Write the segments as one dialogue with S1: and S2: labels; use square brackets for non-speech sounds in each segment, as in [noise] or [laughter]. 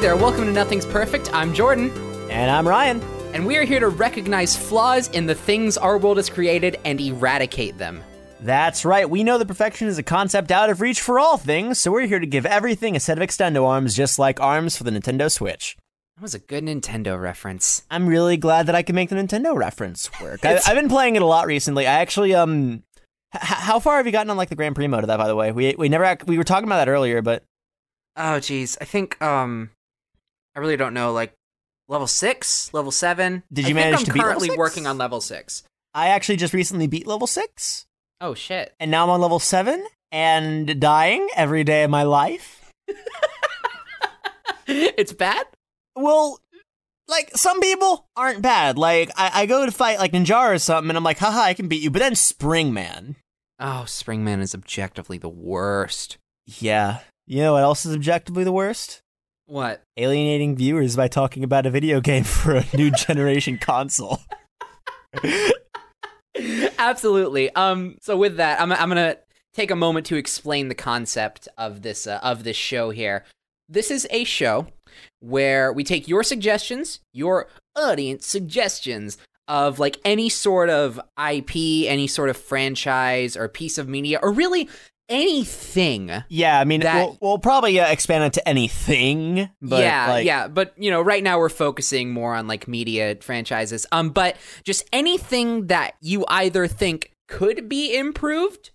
S1: there. Welcome to Nothing's Perfect. I'm Jordan,
S2: And I'm Ryan.
S1: and we are here to recognize flaws in the things our world has created and eradicate them.
S2: That's right, we know that perfection is a concept out of reach for all things, so we're here to give everything a set of extendo arms just like arms for the Nintendo Switch.
S1: That was a good Nintendo reference.
S2: I'm really glad that I can make the Nintendo reference work. I, I've been playing it a lot recently. I actually, um, h- h- how far have you gotten on like the Grand Prix mode of that? By the way, we we never ac- we were talking about that earlier, but
S1: Oh, geez. I think, um, I really don't know, like, level six, level seven.
S2: Did
S1: I
S2: you
S1: think
S2: manage
S1: I'm
S2: to beat level
S1: currently
S2: six?
S1: working on level six.
S2: I actually just recently beat level six,
S1: Oh, shit. [laughs]
S2: and now I'm on level seven and dying every day of my life.
S1: it's bad?
S2: Well, like some people aren't bad. Like I, I go to fight like Ninjara or something, and I'm like, haha, I can beat you. But then Springman.
S1: Oh, Springman is objectively the worst.
S2: Yeah. You know what else is objectively the worst?
S1: What?
S2: Alienating viewers by talking about a video game [laughs] for a new generation console.
S1: Absolutely. Um. So with that, I'm I'm gonna take a moment to explain the concept of this uh, of this show here. This is a show where we take your suggestions, your audience suggestions of like any sort of IP, any sort of franchise or piece of media, or really anything.
S2: Yeah, I mean,
S1: That-
S2: we'll, we'll probably uh, expand it to anything. But,
S1: yeah,
S2: like,
S1: yeah, but you know, right now we're focusing more on like media franchises. Um, but just anything that you either think could be improved,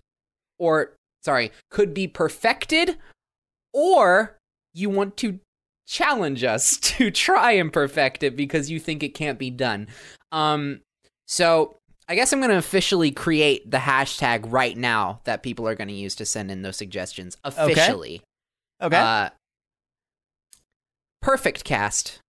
S1: or sorry, could be perfected, or you want to challenge us [laughs] to try and perfect it because you think it can't be done. Um, so I guess I'm going to officially create the hashtag right now that people are going to use to send in those suggestions officially.
S2: Okay.
S1: Uh, perfect cast.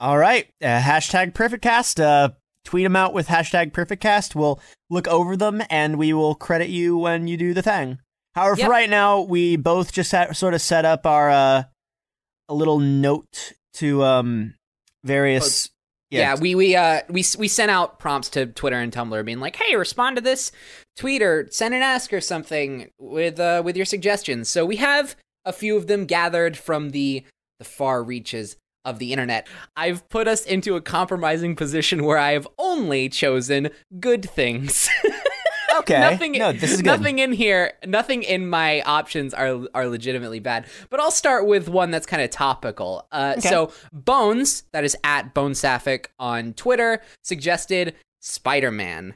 S2: All right. Uh, hashtag PerfectCast. Uh, tweet them out with hashtag PerfectCast. We'll look over them and we will credit you when you do the thing. However,
S1: Yep.
S2: for right now, we both just ha- sort of set up our uh, a little note to um various.
S1: Oh, Yeah, we we uh we s- we sent out prompts to Twitter and Tumblr, being like, "Hey, respond to this tweet or send an ask or something with uh with your suggestions." So we have a few of them gathered from the the far reaches of the internet. I've put us into a compromising position where I have only chosen good things. [laughs]
S2: okay.
S1: nothing
S2: no, this is good.
S1: nothing in here nothing in my options are are legitimately bad but i'll start with one that's kind of topical uh
S2: Okay.
S1: so bones that is at bone sapphic on twitter suggested spider-man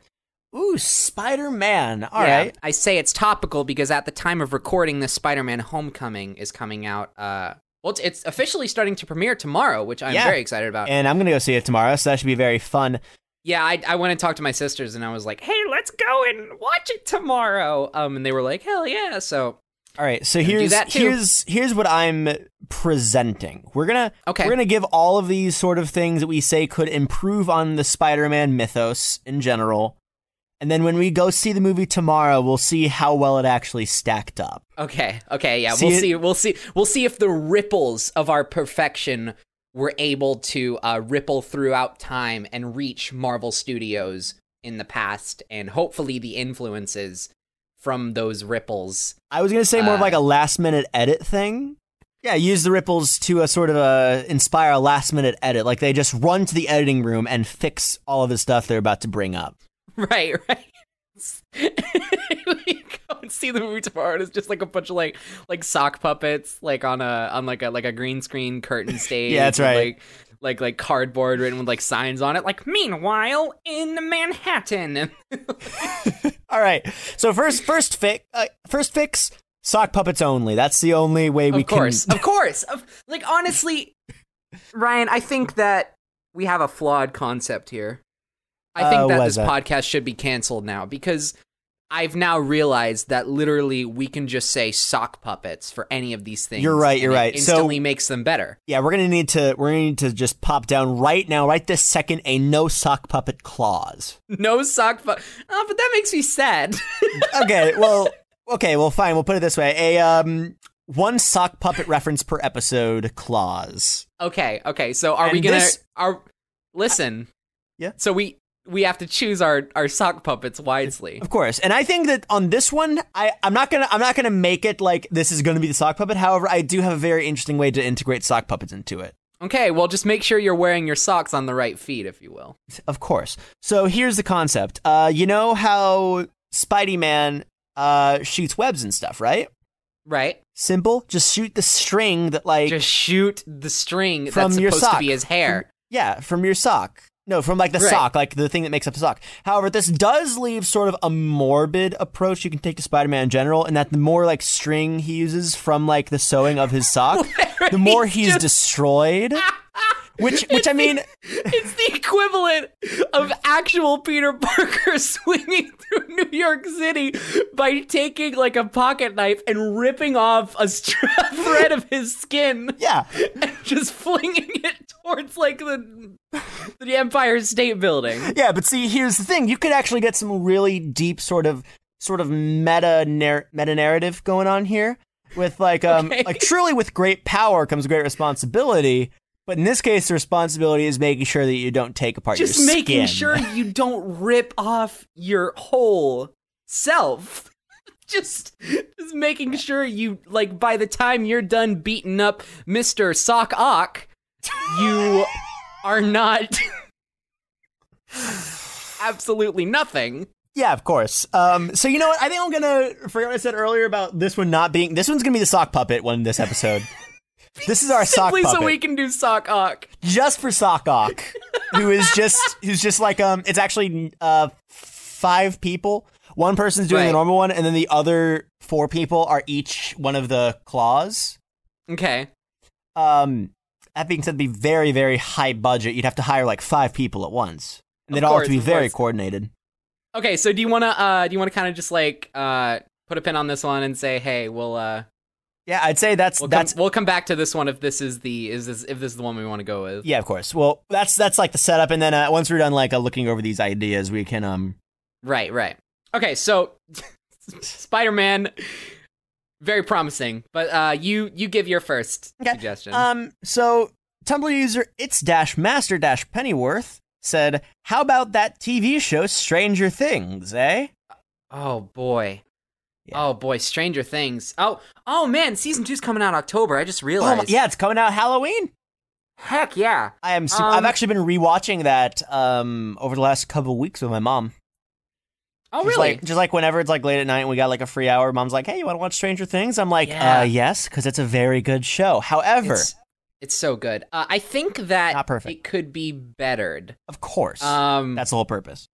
S2: Ooh, Spider Man. All right.
S1: Yeah, i say it's topical because at the time of recording this spider-man homecoming is coming out uh well it's, it's officially starting to premiere tomorrow which i'm
S2: Yeah.
S1: very excited about
S2: And I'm gonna go see it tomorrow, so that should be very fun.
S1: yeah i, I went and talked to my sisters and i was like hey let's go and watch it tomorrow um and they were like hell yeah so
S2: All right, so
S1: Gonna do
S2: here's
S1: that too.
S2: here's here's what I'm presenting. We're gonna
S1: Okay.
S2: We're gonna give all of these sort of things that we say could improve on the Spider-Man mythos in general, and then when we go see the movie tomorrow, we'll see how well it actually stacked up.
S1: Okay. Okay. Yeah.
S2: See
S1: we'll
S2: it-
S1: see. We'll see. We'll see if the ripples of our perfection were able to uh, ripple throughout time and reach Marvel Studios in the past, and hopefully the influences from those ripples. [laughs]
S2: I was gonna say more of
S1: Uh,
S2: like a last-minute edit thing. Yeah, use the ripples to a sort of uh inspire a last-minute edit. Like they just run to the editing room and fix all of the stuff they're about to bring up.
S1: Right. Right. [laughs] we go and see the movie tomorrow. and It's just like a bunch of like like sock puppets, like on a on like a like a green screen curtain stage.
S2: [laughs] Yeah, that's
S1: with,
S2: right.
S1: Like, like like cardboard written with like signs on it. Like meanwhile in Manhattan. And
S2: All right. So first, first fix, uh, first fix, sock puppets only. That's the only way we
S1: of course,
S2: can.
S1: of course, of like honestly, Ryan, I think that we have a flawed concept here. I think
S2: Uh,
S1: that
S2: what
S1: this
S2: is that?
S1: podcast should be canceled now because I've now realized that literally we can just say sock puppets for any of these things.
S2: You're right,
S1: and
S2: you're
S1: it
S2: right. So-
S1: Instantly makes them better.
S2: Yeah, we're gonna need to. We're gonna need to just pop down right now, right this second, a no sock puppet clause.
S1: No sock puppet. Oh, but that makes me sad. [laughs]
S2: Okay. Well. Okay. Well. Fine. We'll put it this way: a um one sock puppet reference per episode clause.
S1: okay, okay. So are we
S2: And
S1: gonna
S2: this-
S1: are listen?
S2: Yeah.
S1: So we we have to choose our, our sock puppets wisely.
S2: Of course. And I think that on this one, I, I'm not gonna I'm not gonna make it like this is gonna be the sock puppet. However, I do have a very interesting way to integrate sock puppets into it.
S1: Okay, well, just make sure you're wearing your socks on the right feet, if you will.
S2: Of course. So here's the concept. Uh you know how Spidey Man uh shoots webs and stuff, right?
S1: Right?
S2: Simple. Just shoot the string that like
S1: Just shoot the string
S2: From
S1: that's
S2: your
S1: supposed
S2: sock.
S1: to be his
S2: [laughs]
S1: hair.
S2: Yeah, from your sock. No, from like the
S1: Right.
S2: sock, like the thing that makes up the sock. However, this does leave sort of a morbid approach you can take to Spider Man in general, and that the more like string he uses from like the sewing of his
S1: [laughs]
S2: sock, the more he's destroyed. Which, which I mean,
S1: It's the equivalent of actual Peter Parker [laughs] swinging through New York City by taking like a pocket knife and ripping off a stra- [laughs] thread of his skin
S2: yeah,
S1: and just flinging it towards like the the Empire State Building.
S2: yeah. But see, here's the thing: you could actually get some really deep sort of, sort of meta narr- meta narrative going on here, with like, um,
S1: Okay.
S2: like truly, with great power comes great responsibility. But in this case, the responsibility is making sure that you don't take apart
S1: Just
S2: your
S1: making
S2: skin. [laughs]
S1: sure you don't rip off your whole self. [laughs] Just, just making sure you like by the time you're done beating up Mr. Sock Ock, you
S2: [laughs]
S1: are not absolutely nothing.
S2: Yeah, of course. Um, so you know what? I think I'm gonna forget what I said earlier about this one not being. This one's gonna be the sock puppet one this
S1: [laughs]
S2: episode. this is our sock
S1: Simply
S2: puppet,
S1: so we can do Sock Ock.
S2: just for Sockok, who is just who's just like um. It's actually uh five people. One person's doing the
S1: Right.
S2: normal one, and then the other four people are each one of the claws.
S1: Okay.
S2: Um, that being said, it'd be very very high budget. You'd have to hire like five people at once, and
S1: Of
S2: they'd all have
S1: course,
S2: to be
S1: of
S2: very
S1: course.
S2: coordinated.
S1: Okay, so do you wanna uh do you wanna kinda just like uh put a pin on this one and say, hey, we'll uh
S2: Yeah, I'd say that's
S1: we'll
S2: that's
S1: come, we'll come back to this one if this is the is this if this is the one we want to go with.
S2: Yeah, of course. Well, that's that's like the setup, and then uh, once we're done like uh, looking over these ideas, we can um.
S1: Right, right. Okay, so [laughs] Spider-Man very promising, but uh you you give your first
S2: Okay,
S1: suggestion.
S2: Um. So Tumblr user it's dash master dash Pennyworth said, "How about that TV show Stranger Things, eh?
S1: oh boy.
S2: Yeah.
S1: Oh boy, Stranger Things. Oh, oh man, season two's coming out October. I just
S2: Oh,
S1: realized.
S2: my- yeah, it's coming out Halloween.
S1: Heck yeah.
S2: I am. Super,
S1: Um,
S2: I've actually been rewatching that um over the last couple of weeks with my mom.
S1: Oh
S2: Just
S1: really?
S2: Like, just like whenever it's like late at night and we got like a free hour, mom's like, "Hey, you want to watch Stranger Things?" I'm like,
S1: Yeah.
S2: "Uh, yes," because it's a very good show. However,
S1: It's, it's so good. Uh, I think that
S2: Not perfect.
S1: it could be bettered.
S2: of course.
S1: Um,
S2: That's the whole purpose.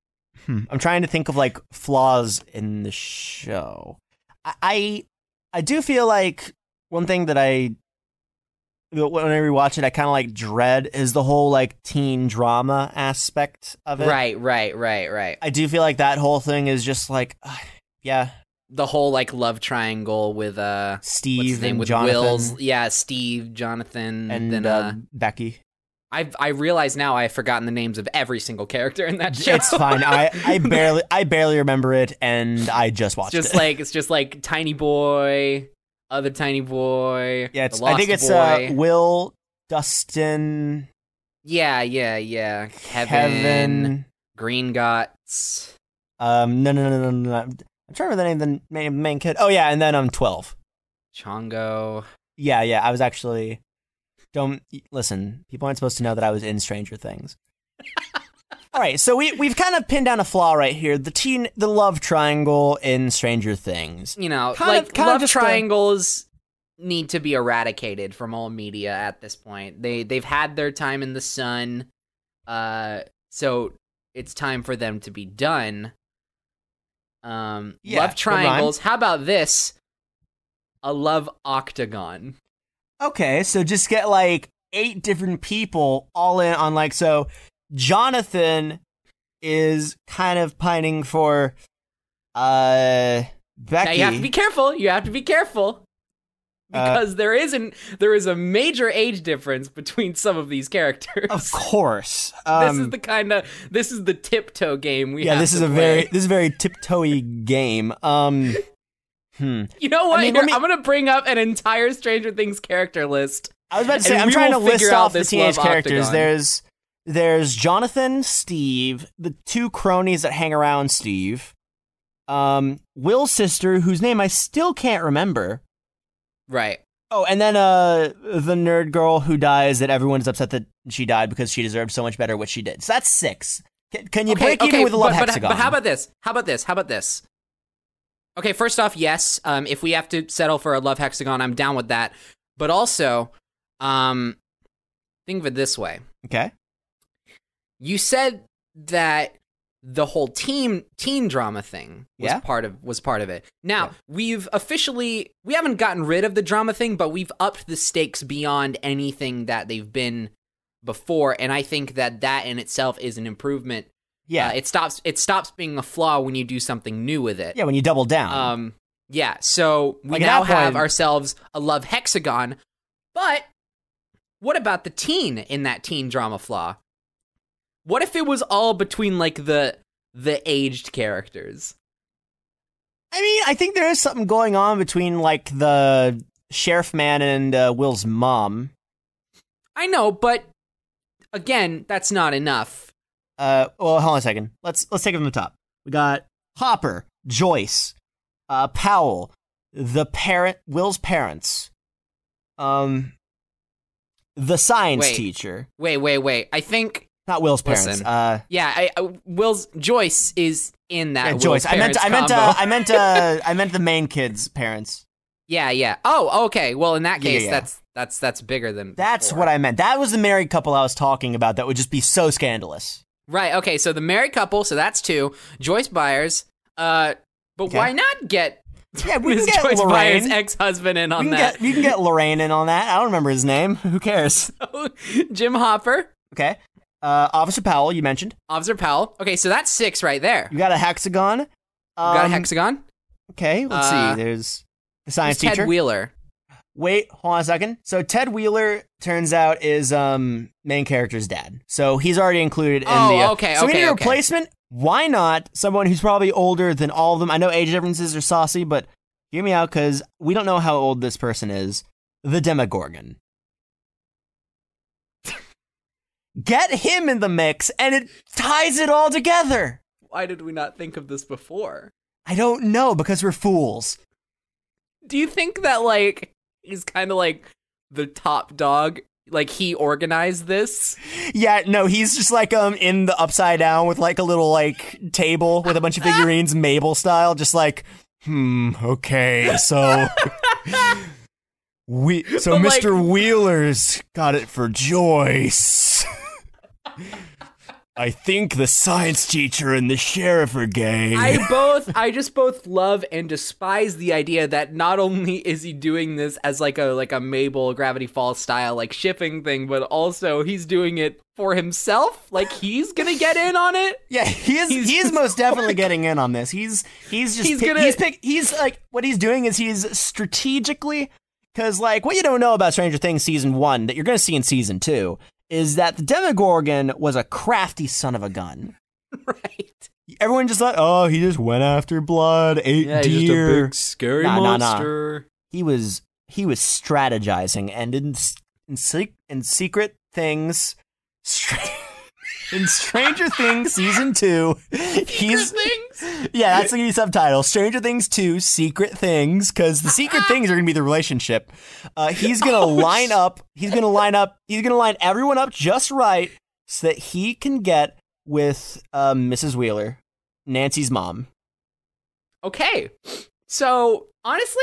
S1: Hmm.
S2: I'm trying to think of like flaws in the show. I, I I do feel like one thing that I when I rewatch it, I kind of like dread is the whole like teen drama aspect of it.
S1: right, right, right, right.
S2: I do feel like that whole thing is just like, [sighs] ugh, yeah,
S1: The whole like love triangle with uh, what's his
S2: Steve
S1: name
S2: and
S1: with
S2: Jonathan
S1: Will's, yeah, Steve, Jonathan,
S2: and
S1: then
S2: uh,
S1: uh, [laughs]
S2: Becky.
S1: I I realize now I've forgotten the names of every single character in that show.
S2: It's fine. I,
S1: [laughs]
S2: I barely I barely remember it, and I just
S1: It's
S2: watched
S1: just
S2: it.
S1: like it's just like tiny boy, other tiny boy.
S2: yeah, it's,
S1: the lost
S2: I think it's
S1: boy.
S2: uh, Will, Dustin,
S1: yeah, yeah, yeah. Kevin,
S2: Kevin.
S1: Green Gots.
S2: Um, no, no, no, no, no, no. I'm trying to remember the name of the main, main kid. Oh yeah, and then I'm 12.
S1: Chongo.
S2: Yeah, yeah. I was actually don't listen. People aren't supposed to know that I was in
S1: [laughs]
S2: Stranger Things. All right, so we we've kind of pinned down a flaw right here. The teen, the love triangle in Stranger Things.
S1: you know,
S2: Kind
S1: like
S2: of- kind of
S1: love
S2: just a-
S1: triangles need to be eradicated from all media at this point. They they've had their time in the sun, uh, so it's time for them to be done. Um,
S2: Yeah,
S1: love
S2: good
S1: triangles. How about this? A love octagon.
S2: Okay, so just get like eight different people all in on like so. Jonathan is kind of pining for uh Becky.
S1: Now you have to be careful. You have to be careful.
S2: Uh,
S1: Because there isn't there is a major age difference between some of these characters.
S2: of
S1: [laughs]
S2: course.
S1: this
S2: Um,
S1: is the kind of this is the tiptoe game we
S2: yeah,
S1: have
S2: this
S1: to
S2: is a
S1: play.
S2: very this is a very tiptoey game. Um, hmm.
S1: [laughs] You know what?
S2: I mean,
S1: Here,
S2: let me-
S1: I'm gonna bring up an entire Stranger Things character list.
S2: I was about to say
S1: And
S2: I'm
S1: we
S2: trying to
S1: will
S2: list
S1: figure out
S2: off the
S1: this
S2: teenage
S1: love
S2: characters.
S1: octagon.
S2: There's There's Jonathan, Steve, the two cronies that hang around Steve, um, Will's sister, whose name I still can't remember.
S1: Right.
S2: Oh, and then uh, the nerd girl who dies that everyone's upset that she died because she deserved so much better what she did. So that's six. Can, can you break even with a love
S1: but, but,
S2: hexagon?
S1: but how about this? How about this? How about this? Okay, first off, yes. Um, if we have to settle for a love hexagon, I'm down with that. But also, um, think of it this way:
S2: okay.
S1: you said that the whole team teen drama thing was
S2: Yeah.
S1: part of was part of it. Now
S2: Yeah.
S1: we've officially we haven't gotten rid of the drama thing, but we've upped the stakes beyond anything that they've been before, and I think that that in itself is an improvement
S2: Yeah.
S1: uh, it stops it stops being a flaw when you do something new with it.
S2: yeah, when you double down.
S1: Um yeah, so we
S2: Like, at
S1: now
S2: that point-
S1: have ourselves a love hexagon, but what about the teen in that teen drama flaw? What if it was all between like the the aged characters?
S2: I mean, I think there is something going on between like the sheriff man and uh, Will's mom.
S1: I know, but again, that's not enough.
S2: Uh, well, hold on a second. Let's let's take it from the top. We got Hopper, Joyce, uh, Powell, the parent, Will's parents, um, the science
S1: Wait.
S2: teacher,
S1: Wait, wait, wait. I think
S2: not Will's parents.
S1: Listen.
S2: uh,
S1: yeah, I, I Will's Joyce is in that
S2: yeah,
S1: Will's
S2: Joyce. I meant
S1: parents
S2: I meant
S1: combo.
S2: uh, I meant uh, I meant the main kid's parents.
S1: Yeah, yeah. Oh, okay. Well, in that
S2: Yeah, yeah,
S1: case,
S2: yeah.
S1: that's that's that's bigger than.
S2: That's
S1: before.
S2: what I meant. That was the married couple I was talking about. That would just be so scandalous.
S1: Right. Okay. So the married couple. So that's two. Joyce Byers. Uh, but
S2: Okay.
S1: why not get [laughs]
S2: Yeah, we can
S1: Ms.
S2: get
S1: Joyce
S2: Lorraine.
S1: Byers' ex-husband in
S2: we
S1: on
S2: can
S1: that?
S2: get we can get Lorraine in on that. I don't remember his name. [laughs] Who cares?
S1: [laughs] Jim Hopper,
S2: Okay. Uh, Officer Powell, you mentioned.
S1: Officer Powell. Okay. So that's six right there.
S2: You got a hexagon. Um,
S1: We got a hexagon.
S2: Okay, let's
S1: Uh,
S2: see. There's the
S1: It's
S2: science
S1: Ted
S2: teacher.
S1: Wheeler.
S2: Wait, hold on a second. So Ted Wheeler turns out is um main character's dad. So he's already included in
S1: Oh,
S2: the. uh,
S1: okay,
S2: So we
S1: okay,
S2: need a
S1: okay.
S2: replacement. Why not someone who's probably older than all of them? I know age differences are saucy, but hear me out because we don't know how old this person is. The Demogorgon. [laughs] Get him in the mix, and it ties it all together.
S1: Why did we not think of this before?
S2: I don't know because we're fools.
S1: Do you think that like he's kind of like the top dog? Like he organized this?
S2: Yeah, no, he's just like um in the upside down with like a little like table with a bunch
S1: [laughs]
S2: of figurines, Mabel style, just like hmm, okay,
S1: [laughs]
S2: so we so
S1: But, like-
S2: Mr. Wheeler's got it for
S1: [laughs]
S2: Joyce. I think the science teacher and the sheriff are gay. [laughs]
S1: I both I just both love and despise the idea that not only is he doing this as like a like a Mabel Gravity Falls style like shipping thing, but also he's doing it for himself. Like he's gonna get in on it. [laughs]
S2: Yeah, he is.
S1: He's
S2: he is
S1: just
S2: most definitely getting in on this. He's he's just
S1: He's
S2: he's
S1: gonna-
S2: he's pick, he's like what he's doing is he's strategically because like what you don't know about Stranger Things season one that you're gonna see in season two is that the Demogorgon was a crafty son of a gun.
S1: Right.
S2: Everyone just thought, oh, he just went after blood, ate deer.
S1: scary
S2: Nah, nah, nah. He was he was strategizing and in s- in, sec- in secret things. Str- [laughs] in Stranger Things season two, he's
S1: things.
S2: Yeah, that's the new subtitle. Stranger Things 2, Secret Things, because
S1: [laughs]
S2: the secret things are gonna be the relationship. Uh, he's gonna
S1: Oh,
S2: line
S1: shit.
S2: up. He's gonna line up. He's gonna line everyone up just right so that he can get with um, Mrs. Wheeler, Nancy's mom.
S1: Okay. So honestly,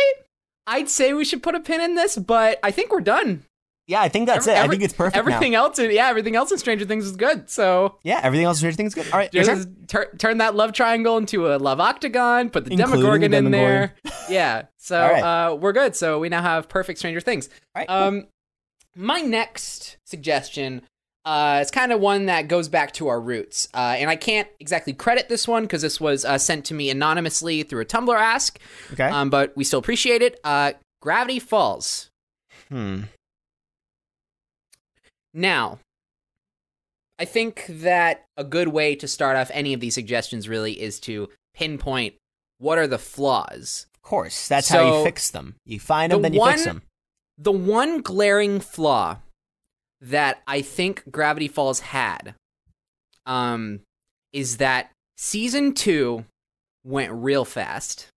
S1: I'd say we should put a pin in this, but I think we're done.
S2: Yeah, I think that's
S1: Every-
S2: it. I
S1: every-
S2: think it's perfect now.
S1: Everything else, yeah, everything else in Stranger Things is good. So
S2: Yeah, everything else in Stranger Things is good. All right, your turn.
S1: Just tur- turn that love triangle into a love octagon. Put the
S2: Including
S1: Demogorgon
S2: the
S1: in
S2: Demogorgon.
S1: there. [laughs] yeah. So
S2: All right.
S1: uh, we're good. So we now have perfect Stranger Things.
S2: All right, cool.
S1: Um, my next suggestion uh, is kind of one that goes back to our roots, uh, and I can't exactly credit this one because this was uh, sent to me anonymously through a Tumblr ask.
S2: okay.
S1: Um, but we still appreciate it. Uh, Gravity Falls.
S2: hmm.
S1: Now, I think that a good way to start off any of these suggestions really is to pinpoint what are the flaws.
S2: Of course, that's how
S1: so-
S2: you fix them. You find
S1: the
S2: them, then you fix
S1: one-
S2: them.
S1: The one glaring flaw that I think Gravity Falls had um, is that season two went real fast.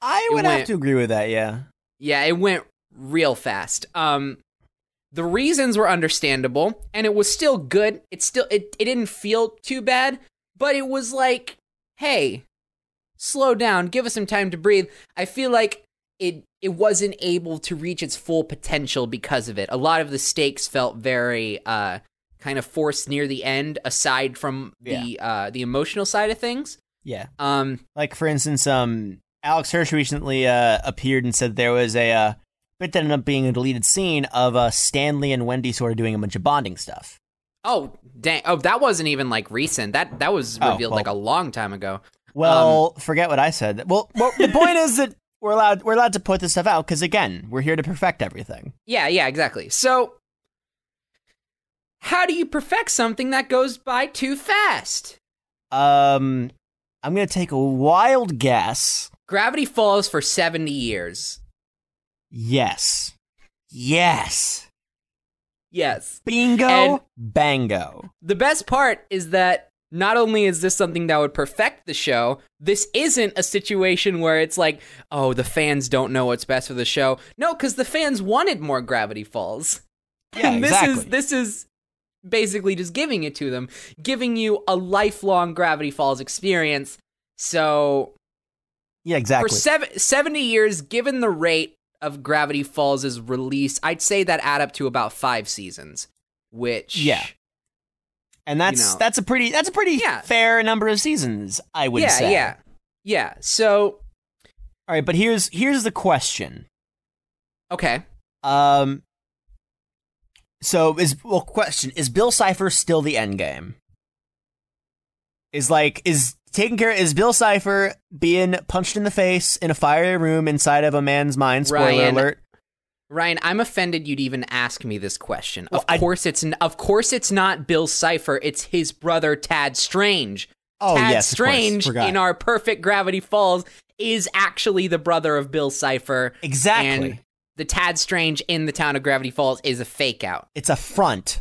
S2: I
S1: It
S2: would have
S1: went-
S2: to agree with that. Yeah.
S1: Yeah, it went real fast. Um the reasons were understandable and it was still good. It still it, it didn't feel too bad, but it was like, hey, slow down, give us some time to breathe. I feel like it it wasn't able to reach its full potential because of it. A lot of the stakes felt very uh kind of forced near the end aside from the uh the emotional side of things.
S2: Yeah.
S1: Um
S2: Like for instance, um, Alex Hirsch recently uh, appeared and said there was a uh, bit that ended up being a deleted scene of uh, Stanley and Wendy sort of doing a bunch of bonding stuff.
S1: Oh dang! Oh, that wasn't even like recent. That that was
S2: Oh,
S1: revealed
S2: well.
S1: like a long time ago.
S2: Well,
S1: Um,
S2: forget what I said. Well, well the point
S1: [laughs]
S2: is that we're allowed we're allowed to put this stuff out because again, we're here to perfect everything.
S1: Yeah, yeah, exactly. So, how do you perfect something that goes by too fast?
S2: Um, I'm gonna take a wild guess.
S1: Gravity falls for seventy years.
S2: Yes, yes,
S1: Yes.
S2: bingo,
S1: And-
S2: bango.
S1: The best part is that not only is this something that would perfect the show, this isn't a situation where it's like, oh, the fans don't know what's best for the show. No, because the fans wanted more Gravity Falls.
S2: Yeah,
S1: [laughs] and [laughs] this
S2: exactly.
S1: is this is basically just giving it to them, giving you a lifelong Gravity Falls experience. So
S2: yeah, exactly.
S1: for seven, 70 years, given the rate of Gravity Falls' release, I'd say that add up to about five seasons. Which
S2: Yeah. and that's
S1: know.
S2: that's a pretty that's a pretty
S1: Yeah.
S2: fair number of seasons, I would
S1: yeah,
S2: say.
S1: yeah, yeah. So
S2: All right, but here's here's the question.
S1: okay,
S2: Um, so is well, question is Bill Cipher still the end game? Is like is taking care is Bill Cipher being punched in the face in a fiery room inside of a man's mind? Spoiler
S1: Ryan,
S2: alert.
S1: Ryan, I'm offended you'd even ask me this question.
S2: Well,
S1: of
S2: I-
S1: course, it's n- of course it's not Bill Cipher. It's his brother Tad Strange.
S2: Oh
S1: Tad
S2: yes,
S1: Strange in our perfect Gravity Falls is actually the brother of Bill Cipher.
S2: exactly.
S1: And the Tad Strange in the town of Gravity Falls is a fake out.
S2: it's a front.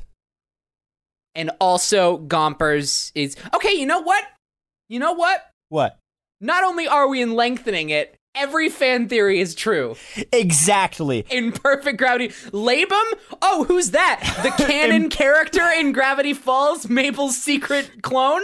S1: And also Gompers is Okay, you know what? You know what?
S2: What?
S1: Not only are we in lengthening it, every fan theory is true.
S2: Exactly.
S1: In perfect gravity Labum? Oh, who's that?
S2: [laughs]
S1: The canon character in Gravity Falls, Mabel's secret clone?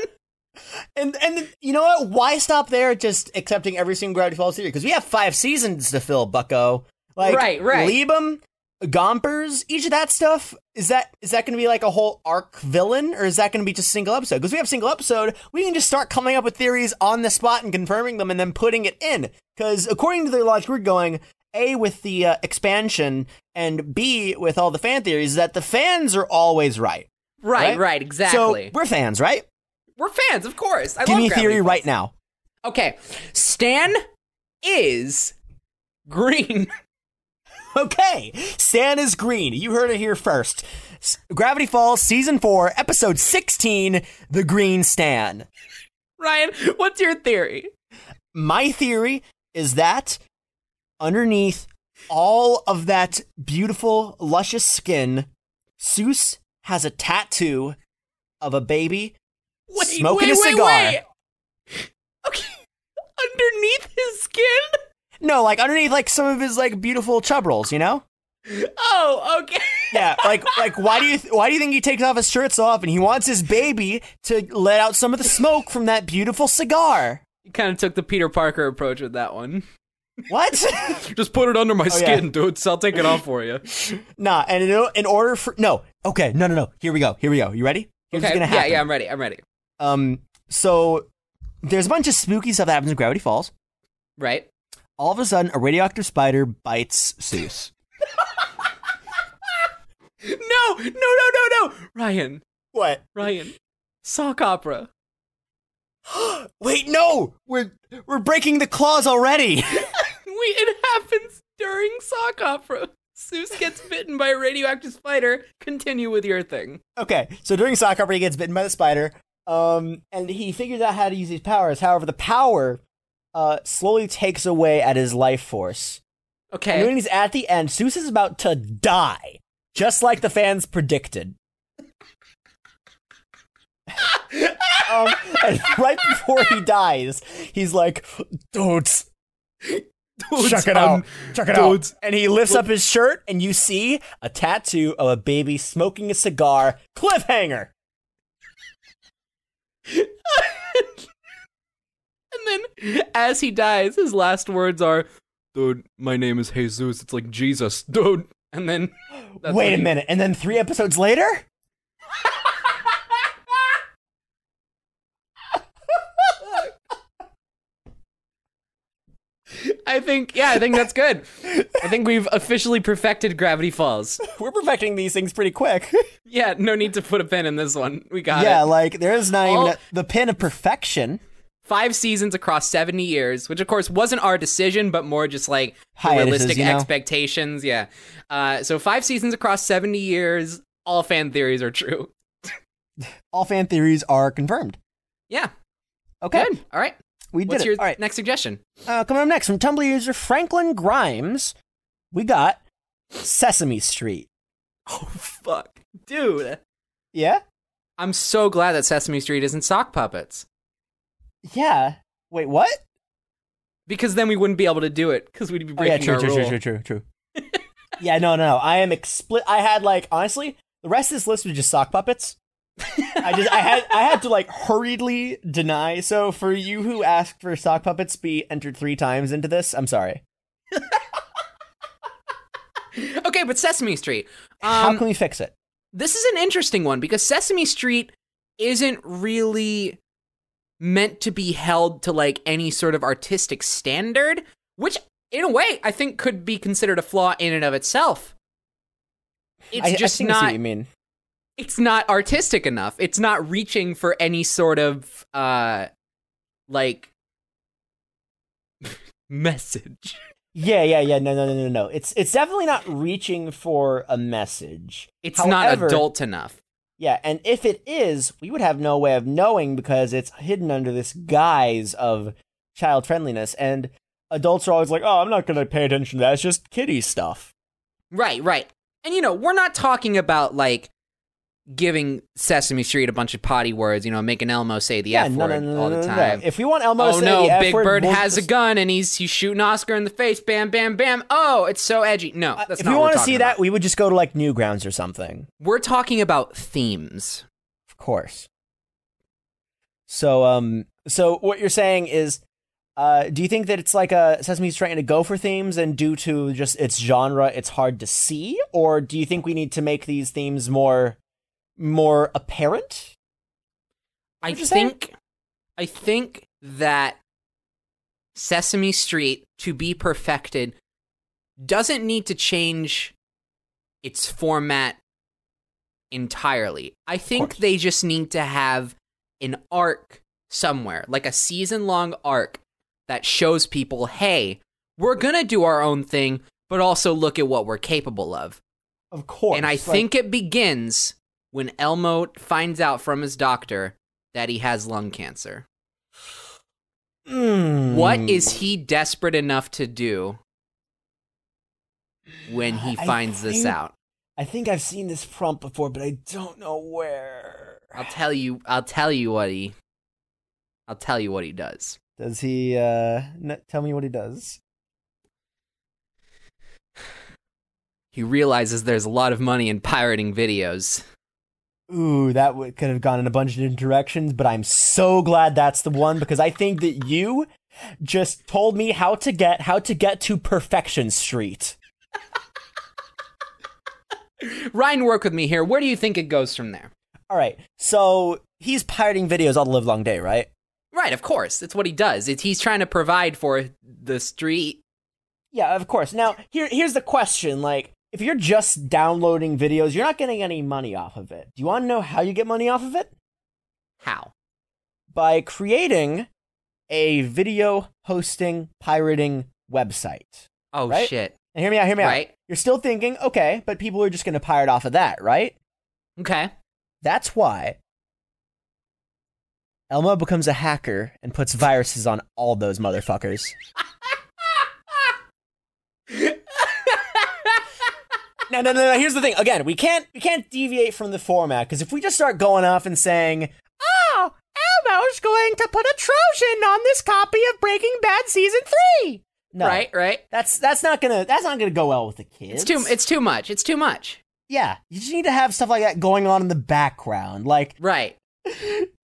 S2: And and you know what? Why stop there? Just accepting every single Gravity Falls theory because we have five seasons to fill, Bucko. Like
S1: Right, right.
S2: Liebem, Gompers, each of that stuff. Is that is that going to be like a whole arc villain, or is that going to be just single episode? Because we have single episode, we can just start coming up with theories on the spot and confirming them, and then putting it in. Because according to the logic we're going, a with the uh, expansion, and b with all the fan theories, is that the fans are always right.
S1: Right, right,
S2: Right?
S1: exactly.
S2: So we're fans, right?
S1: we're, fans, of course. I
S2: Give
S1: love
S2: me a
S1: Gravity
S2: theory
S1: Falls.
S2: right now.
S1: Okay. Stan is green. [laughs]
S2: Okay, Stan is green. You heard it here first. S- Gravity Falls, season four, episode sixteen, the Green Stan.
S1: Ryan, what's your theory?
S2: My theory is that underneath all of that beautiful, luscious skin, Seuss has a tattoo of a baby Smoking a cigar.
S1: Okay. [laughs] Underneath his skin?
S2: No, like underneath, like some of his like beautiful chub rolls, you know?
S1: Oh, okay. [laughs]
S2: Yeah, like like why do you th- why do you think he takes off his shirts off and he wants his baby to let out some of the smoke from that beautiful cigar?
S1: You kind of took the Peter Parker approach with that one.
S2: What? [laughs]
S1: Just put it under my
S2: Oh, yeah.
S1: dude, so I'll take it off for
S2: [laughs]
S1: you.
S2: Nah, and in, in order for no, okay, no, no, no. Here we go. Here we go. You ready? Here's what's
S1: Okay.
S2: gonna
S1: Yeah,
S2: happen.
S1: yeah, I'm ready. I'm ready.
S2: Um, so there's a bunch of spooky stuff that happens in Gravity Falls.
S1: Right? [gasps]
S2: All of a sudden, a radioactive spider bites Seuss.
S1: No, no, no, no, no. Ryan,
S2: what?
S1: Ryan. Sock opera.
S2: Wait, no, we're we're breaking the claws already. [laughs]
S1: We it happens during sock opera. Seuss gets bitten by a radioactive spider. Continue with your thing.
S2: okay, so during sock opera, he gets bitten by the spider. Um, and he figures out how to use his powers. However, the power uh slowly takes away at his life force. And
S1: Okay.
S2: when he's at the end, Seuss is about to die. Just like the fans predicted. [laughs] um, and right before he dies, he's like, dudes,
S1: [laughs]
S2: check it out. Check it out. And he lifts up his shirt, and you see a tattoo of a baby smoking a cigar. Cliffhanger.
S1: And then as he dies, his last words are, "Dude, my name is Jesus. It's like Jesus, dude." And
S2: [gasps]
S1: then that's
S2: Wait
S1: when
S2: a
S1: he-
S2: minute. And then three episodes later? [laughs]
S1: I think yeah, I think that's good. I think we've officially perfected Gravity
S2: [laughs]
S1: Falls.
S2: We're perfecting these things pretty quick.
S1: Yeah, no need to put a pin in this one. We got
S2: [laughs] yeah,
S1: it.
S2: like there is not
S1: All-
S2: even a- the pin of perfection.
S1: Five seasons across 70 years, which of course wasn't our decision, but more just like
S2: Hiatuses,
S1: realistic
S2: you know?
S1: expectations. Yeah. Uh, so five seasons across 70 years, all fan theories are true.
S2: All fan theories are confirmed.
S1: Yeah.
S2: Okay,
S1: Good. All right.
S2: we did
S1: What's
S2: it.
S1: your
S2: All right,
S1: next
S2: [laughs]
S1: suggestion?
S2: uh, coming up next from Tumblr user Franklin Grimes, we got Sesame Street.
S1: Oh, fuck. Dude.
S2: Yeah,
S1: I'm so glad that Sesame Street isn't sock puppets
S2: yeah. Wait, what?
S1: because then we wouldn't be able to do it because we'd be
S2: Oh, yeah,
S1: breaking
S2: true,
S1: our
S2: true,
S1: rule.
S2: true, true, true,
S1: [laughs]
S2: true. yeah, no, no, no. I am expli I had like honestly, the rest of this list was just sock puppets. I just, I had, I had to like hurriedly deny. So for you who asked for sock puppets be entered three times into this, I'm sorry.
S1: Okay, but Sesame Street.
S2: How
S1: Um,
S2: can we fix it?
S1: this is an interesting one because Sesame Street isn't really meant to be held to like any sort of artistic standard, which in a way I think could be considered a flaw in and of itself. It's
S2: I, I
S1: just
S2: think I see what
S1: not
S2: you mean.
S1: it's not artistic enough. It's not reaching for any sort of uh like [laughs] message.
S2: Yeah, yeah, yeah. No, no, no, no, no. It's it's definitely not reaching for a message.
S1: It's
S2: However-
S1: not adult enough.
S2: Yeah, and if it is, we would have no way of knowing because it's hidden under this guise of child friendliness. And adults are always like, "Oh, I'm not going to pay attention to that. It's just kiddie stuff."
S1: Right, right. And you know, we're not talking about like giving Sesame Street a bunch of potty words, you know, making Elmo say the F word all the time.
S2: If we want Elmo, to
S1: oh
S2: say
S1: no,
S2: the F
S1: Big
S2: word,
S1: Bird
S2: we'll
S1: has
S2: just-
S1: a gun and he's he's shooting Oscar in the face. Bam, bam, bam. Oh, it's so edgy. No, that's
S2: Uh, if
S1: not
S2: we
S1: what
S2: want
S1: we're
S2: to see
S1: talking
S2: that,
S1: about.
S2: we would just go to like Newgrounds or something.
S1: we're talking about themes.
S2: Of course. So, um, so what you're saying is, uh, do you think that it's like a Sesame's trying to go for themes, and due to just its genre, it's hard to see, or do you think we need to make these themes more, more apparent?
S1: I
S2: What'd you say?
S1: think I think that Sesame Street to be perfected doesn't need to change its format entirely. I think
S2: course.
S1: they just need to have an arc somewhere, like a season long arc that shows people, "Hey, we're going to do our own thing, but also look at what we're capable of."
S2: Of course.
S1: And I
S2: like-
S1: think it begins when Elmo finds out from his doctor that he has lung cancer.
S2: Mm.
S1: What is he desperate enough to do when he
S2: I
S1: finds this
S2: think-
S1: out?
S2: I think I've seen this prompt before, but I don't know where.
S1: I'll tell you I'll tell you what he I'll tell you what he does.
S2: Does he? uh n- Tell me what he does.
S1: He realizes there's a lot of money in pirating videos. [laughs]
S2: Ooh, that w- could have gone in a bunch of different directions, but I'm so glad that's the one because I think that you just told me how to get how to get to Perfection Street.
S1: Ryan work with me here. Where do you think it goes from there?
S2: All right, so he's pirating videos all the live long day, right?
S1: Right, of course. It's what he does. It's, he's trying to provide for the street.
S2: Yeah, of course. Now here here's the question: like, if you're just downloading videos, you're not getting any money off of it. Do you want to know how you get money off of it?
S1: How?
S2: By creating a video hosting pirating website.
S1: Oh
S2: Right?
S1: shit.
S2: And hear me out. Hear me out.
S1: Right?
S2: You're still thinking, okay, but people are just going to pirate off of that, right?
S1: Okay.
S2: That's why Elmo becomes a hacker and puts viruses on all those motherfuckers. [laughs] no, no, no, no. Here's the thing. Again, we can't we can't deviate from the format because if we just start going off and saying, "Oh, Elmo's going to put a Trojan on this copy of Breaking Bad season 3. No,
S1: Right, right.
S2: That's that's not gonna that's not gonna go well with the
S1: It's
S2: kids.
S1: too it's too much. It's too much.
S2: yeah. You just need to have stuff like that going on in the background, like
S1: Right.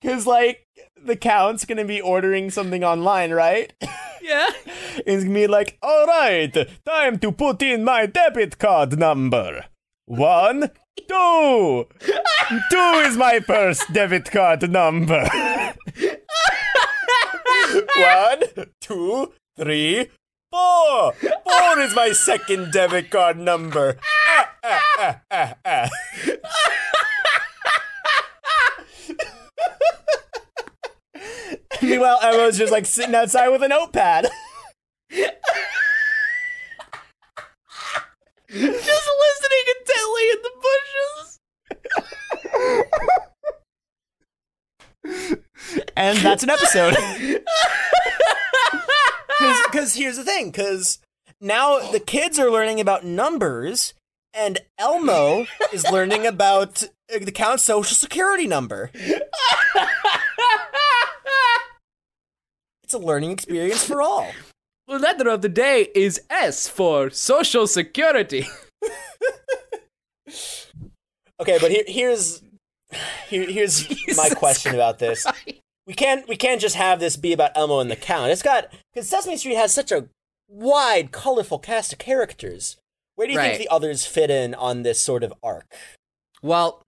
S2: because like the count's gonna be ordering something online, right? [laughs]
S1: Yeah. [laughs]
S2: It's gonna be like, all right, time to put in my debit card number. One, two. two is my first debit card number. One, two, three, four. Four is my second debit card number. Ah, ah, ah, ah, ah. Meanwhile, Emma's just like sitting outside with a notepad.
S1: Just listening intently in the [laughs] bushes.
S2: And that's an episode. Because here's the thing, because now the kids are learning about numbers, and Elmo is learning about uh, the count's social security number. It's a learning experience for all.
S1: The letter of the day is S for Social Security. [laughs]
S2: Okay, but here, here's here, here's my
S1: [laughs] Jesus
S2: question about this. We can't we can't just have this be about Elmo and the Count. It's got because Sesame Street has such a wide, colorful cast of characters. Where do you
S1: Right.
S2: think the others fit in on this sort of arc?
S1: Well,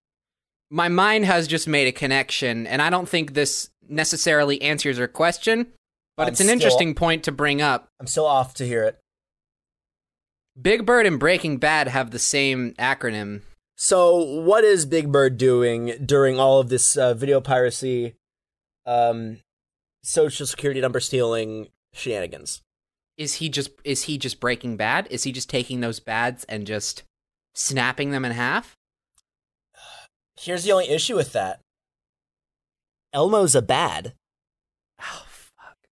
S1: my mind has just made a connection, and I don't think this necessarily answers your question, but
S2: I'm
S1: it's an
S2: still-
S1: interesting point to bring up.
S2: I'm so off to hear it.
S1: Big Bird and Breaking Bad have the same acronym.
S2: So, what is Big Bird doing during all of this uh, video piracy, um, social security number stealing shenanigans?
S1: Is he just is he just breaking bad? Is he just taking those bads and just snapping them in half?
S2: Here's the only issue with that Elmo's a bad.
S1: Oh,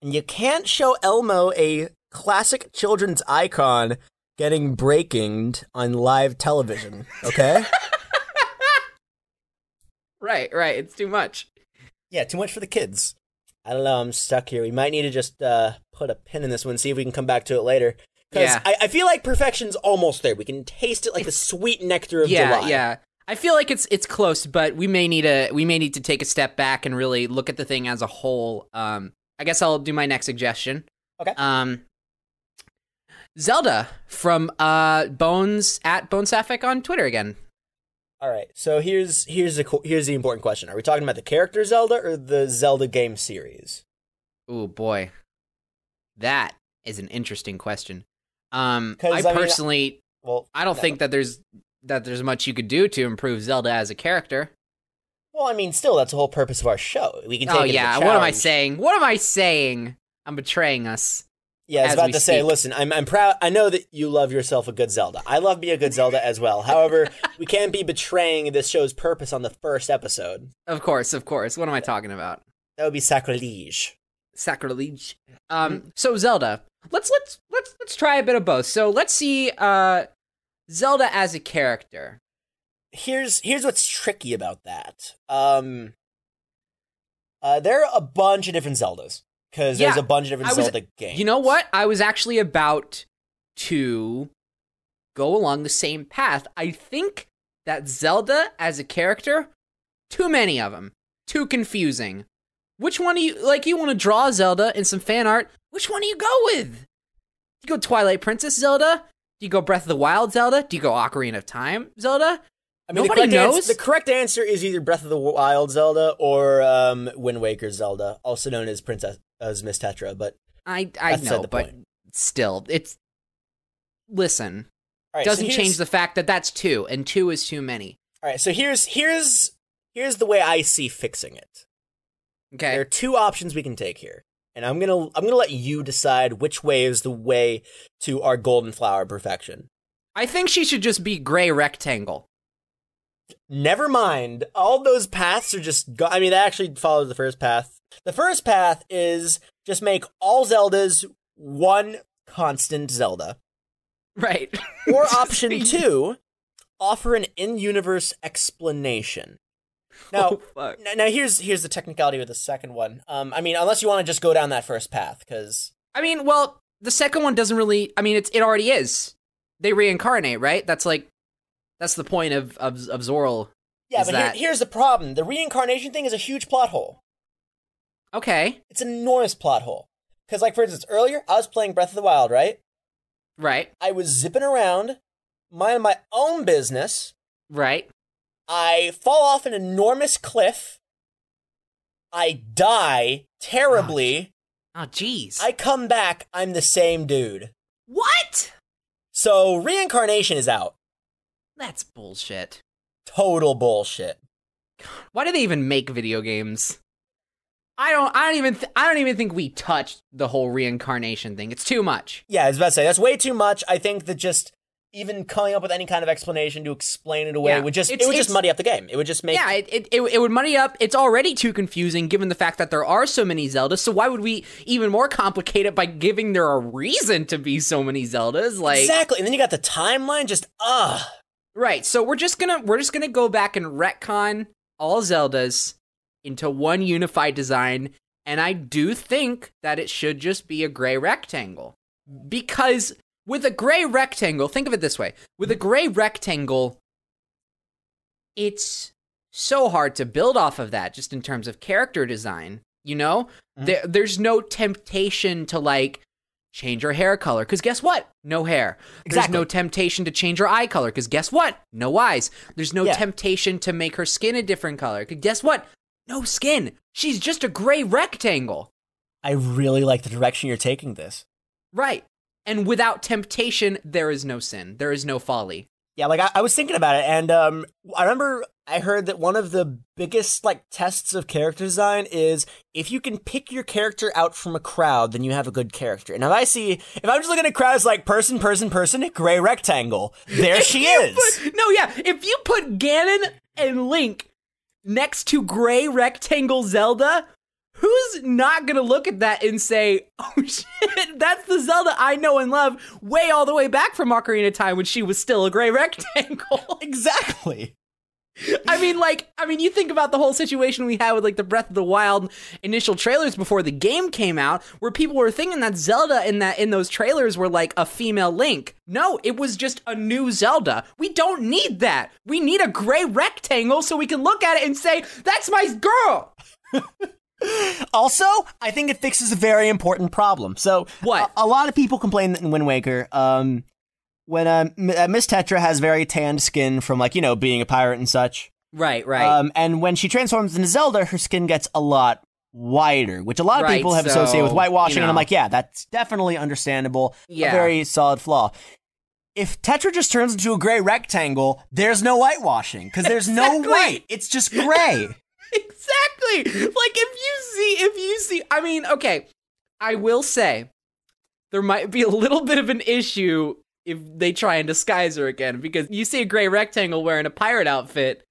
S2: And you can't show Elmo a classic children's icon getting breakinged on live television,
S1: [laughs]
S2: okay?
S1: right, right. It's too much.
S2: yeah, too much for the kids. I don't know, I'm stuck here. We might need to just uh, put a pin in this one, see if we can come back to it later. Because
S1: Yeah.
S2: I, I feel like perfection's almost there. We can taste it like the sweet nectar of
S1: yeah,
S2: July.
S1: yeah. I feel like it's it's close, but we may need a we may need to take a step back and really look at the thing as a whole. Um, I guess I'll do my next suggestion.
S2: Okay.
S1: Um, Zelda from uh Bones at Bonesaffic on Twitter again.
S2: All right. So here's here's the co- here's the important question. Are we talking about the character Zelda or the Zelda game series?
S1: Oh boy, that is an interesting question. Um,
S2: 'Cause,
S1: I,
S2: I mean,
S1: personally
S2: Well,
S1: I don't
S2: no.
S1: think that there's that there's much you could do to improve Zelda as a character.
S2: Well, I mean, still, that's the whole purpose of our show. We can. Take
S1: Oh
S2: it as a
S1: yeah, what am I
S2: challenge.
S1: saying? What am I saying? I'm betraying us.
S2: Yeah, I was
S1: as
S2: about
S1: we
S2: to say.
S1: speak.
S2: Listen, I'm I'm proud. I know that you love yourself a good Zelda. I love me a good Zelda
S1: [laughs]
S2: as well. However, we can't be betraying this show's purpose on the first episode.
S1: Of course, of course. What am I talking about?
S2: That would be sacrilege.
S1: Sacrilege.
S2: Mm-hmm.
S1: Um so Zelda. Let's let's let's let's try a bit of both. So let's see uh Zelda as a character.
S2: here's here's what's tricky about that. Um, uh, there are a bunch of different Zeldas because there's
S1: Yeah,
S2: a bunch of different
S1: I was-
S2: Zelda games.
S1: You know what? I was actually about to go along the same path. I think that Zelda as a character, too many of them, too confusing. Which one do you like? You want to draw Zelda in some fan art? Which one do you go with? Do you go Twilight Princess Zelda? Do you go Breath of the Wild Zelda? Do you go Ocarina of Time Zelda?
S2: I mean,
S1: Nobody
S2: the correct ans-
S1: knows?
S2: the correct answer is either Breath of the Wild Zelda or um, Wind Waker Zelda, also known as Princess as Miss Tetra. But
S1: I I
S2: That's
S1: know,
S2: the
S1: but
S2: point.
S1: still, it's listen
S2: all right, so
S1: doesn't
S2: here's-
S1: change the fact that that's two and two is too many.
S2: All right, so here's here's here's the way I see fixing it.
S1: Okay.
S2: There are two options we can take here, and I'm gonna I'm gonna let you decide which way is the way to our golden flower perfection.
S1: I think she should just be gray rectangle. [laughs]
S2: Never mind. All those paths are just. Go- I mean, that actually follows the first path. The first path is just make all Zeldas
S1: [laughs]
S2: one constant Zelda.
S1: Right.
S2: Or option two, offer an in-universe explanation. Now,
S1: oh, fuck.
S2: n- now here's here's the technicality with the second one. Um, I mean, unless you want to just go down that first path, because
S1: I mean, well, the second one doesn't really. I mean, it's it already is. They reincarnate, right? That's like, that's the point of of, of Zorl.
S2: yeah,
S1: Is
S2: but
S1: that-
S2: here, here's the problem: the reincarnation thing is a huge plot hole.
S1: Okay,
S2: It's an enormous plot hole. Because, like for instance, earlier I was playing Breath of the Wild, right?
S1: right,
S2: I was zipping around, minding my own business.
S1: right.
S2: I fall off an enormous cliff. I die terribly.
S1: Oh, jeez.
S2: I come back. I'm the same dude.
S1: What?
S2: So reincarnation is out.
S1: That's bullshit.
S2: Total bullshit.
S1: Why do they even make video games? I don't. I don't even. Th- I don't even think we touched the whole reincarnation thing. It's too much.
S2: Yeah, I was about to say that's way too much. I think that just even coming up with any kind of explanation to explain it away
S1: Yeah,
S2: would just it
S1: it's-
S2: would just
S1: it's-
S2: muddy up the game. It would just make
S1: yeah, it, it, it it would muddy up. It's already too confusing given the fact that there are so many Zeldas. So why would we even more complicate it by giving there a reason to be so many Zeldas? Like
S2: exactly. And then you got the timeline. Just ah,
S1: right. So we're just gonna we're just gonna go back and retcon all Zeldas into one unified design. And I do think that it should just be a gray rectangle because with a gray rectangle, think of it this way: with a gray rectangle, it's so hard to build off of that just in terms of character design you know
S2: Mhm.
S1: there, there's no temptation to like change your hair color because guess what no hair
S2: Exactly.
S1: there's no temptation to change her eye color because guess what no eyes there's no
S2: Yeah.
S1: temptation to make her skin a different color because guess what no skin she's just a gray rectangle
S2: I really like the direction you're taking this.
S1: right and without temptation there is no sin there is no folly
S2: Yeah, like I, I was thinking about it, and um, I remember I heard that one of the biggest like tests of character design is if you can pick your character out from a crowd, then you have a good character. And if I see, if I'm just looking at crowds like person, person, person, gray rectangle,
S1: [laughs]
S2: there she is.
S1: But- no, yeah. If you put Ganon and Link next to gray rectangle Zelda, who's not gonna look at that and say, "Oh [laughs] shit, that's the Zelda I know and love, way all the way back from Ocarina of Time when she was still a gray rectangle."
S2: [laughs] exactly.
S1: I mean, like, I mean, you think about the whole situation we had with like the Breath of the Wild initial trailers before the game came out, where people were thinking that Zelda in that in those trailers were like a female Link. No, it was just a new Zelda. We don't need that. We need a gray rectangle so we can look at it and say, "That's my girl."
S2: Also, I think it fixes a very important problem. So,
S1: What?
S2: A, a lot of people complain that in Wind Waker, um, when uh, M- uh, Miss Tetra has very tanned skin from like you know being a pirate and such.
S1: Right, right.
S2: Um, and when she transforms into Zelda, her skin gets a lot whiter, which a lot of
S1: Right,
S2: people have
S1: so,
S2: associated with whitewashing.
S1: you
S2: And I'm
S1: know.
S2: like, yeah, that's definitely understandable. A
S1: Yeah.
S2: very solid flaw. If Tetra just turns into a gray rectangle, there's no whitewashing because there's
S1: [laughs]
S2: no
S1: Exactly.
S2: white. It's just gray.
S1: [laughs] exactly. Like if you see, if you see, I mean, okay, I will say there might be a little bit of an issue if they try and disguise her again because you see a gray rectangle wearing a pirate outfit.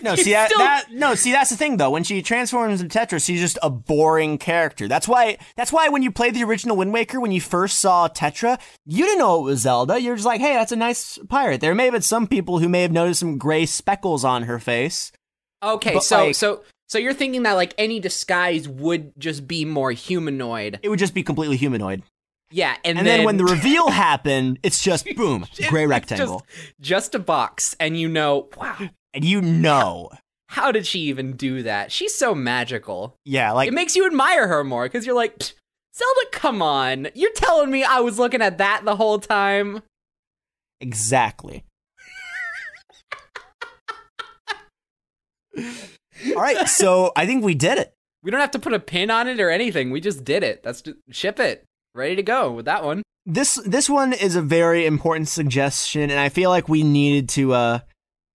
S2: No,
S1: It's
S2: see that,
S1: still-
S2: that. No, see that's the thing though. When she transforms into Tetra, she's just a boring character. That's why. That's why when you played the original Wind Waker, when you first saw Tetra, you didn't know it was Zelda. You're just like, hey, that's a nice pirate. There may have been some people who may have noticed some gray speckles on her face.
S1: Okay,
S2: But,
S1: so
S2: like-
S1: so so you're thinking that like any disguise would just be more humanoid.
S2: It would just be completely humanoid.
S1: Yeah, and,
S2: And then,
S1: [laughs]
S2: when the reveal [laughs] happened, it's just boom, gray rectangle,
S1: just, just a box and you know, wow,
S2: and you know,
S1: how did she even do that? She's so magical.
S2: yeah, like
S1: it makes you admire her more because you're like, "Psh, Zelda, come on. You're telling me I was looking at that the whole time. [laughs]
S2: Exactly. All right, so I think we did it.
S1: We don't have to put a pin on it or anything. We just did it. That's just, ship it. Ready to go with that one. [laughs]
S2: This this one is a very important suggestion, and I feel like we needed to uh,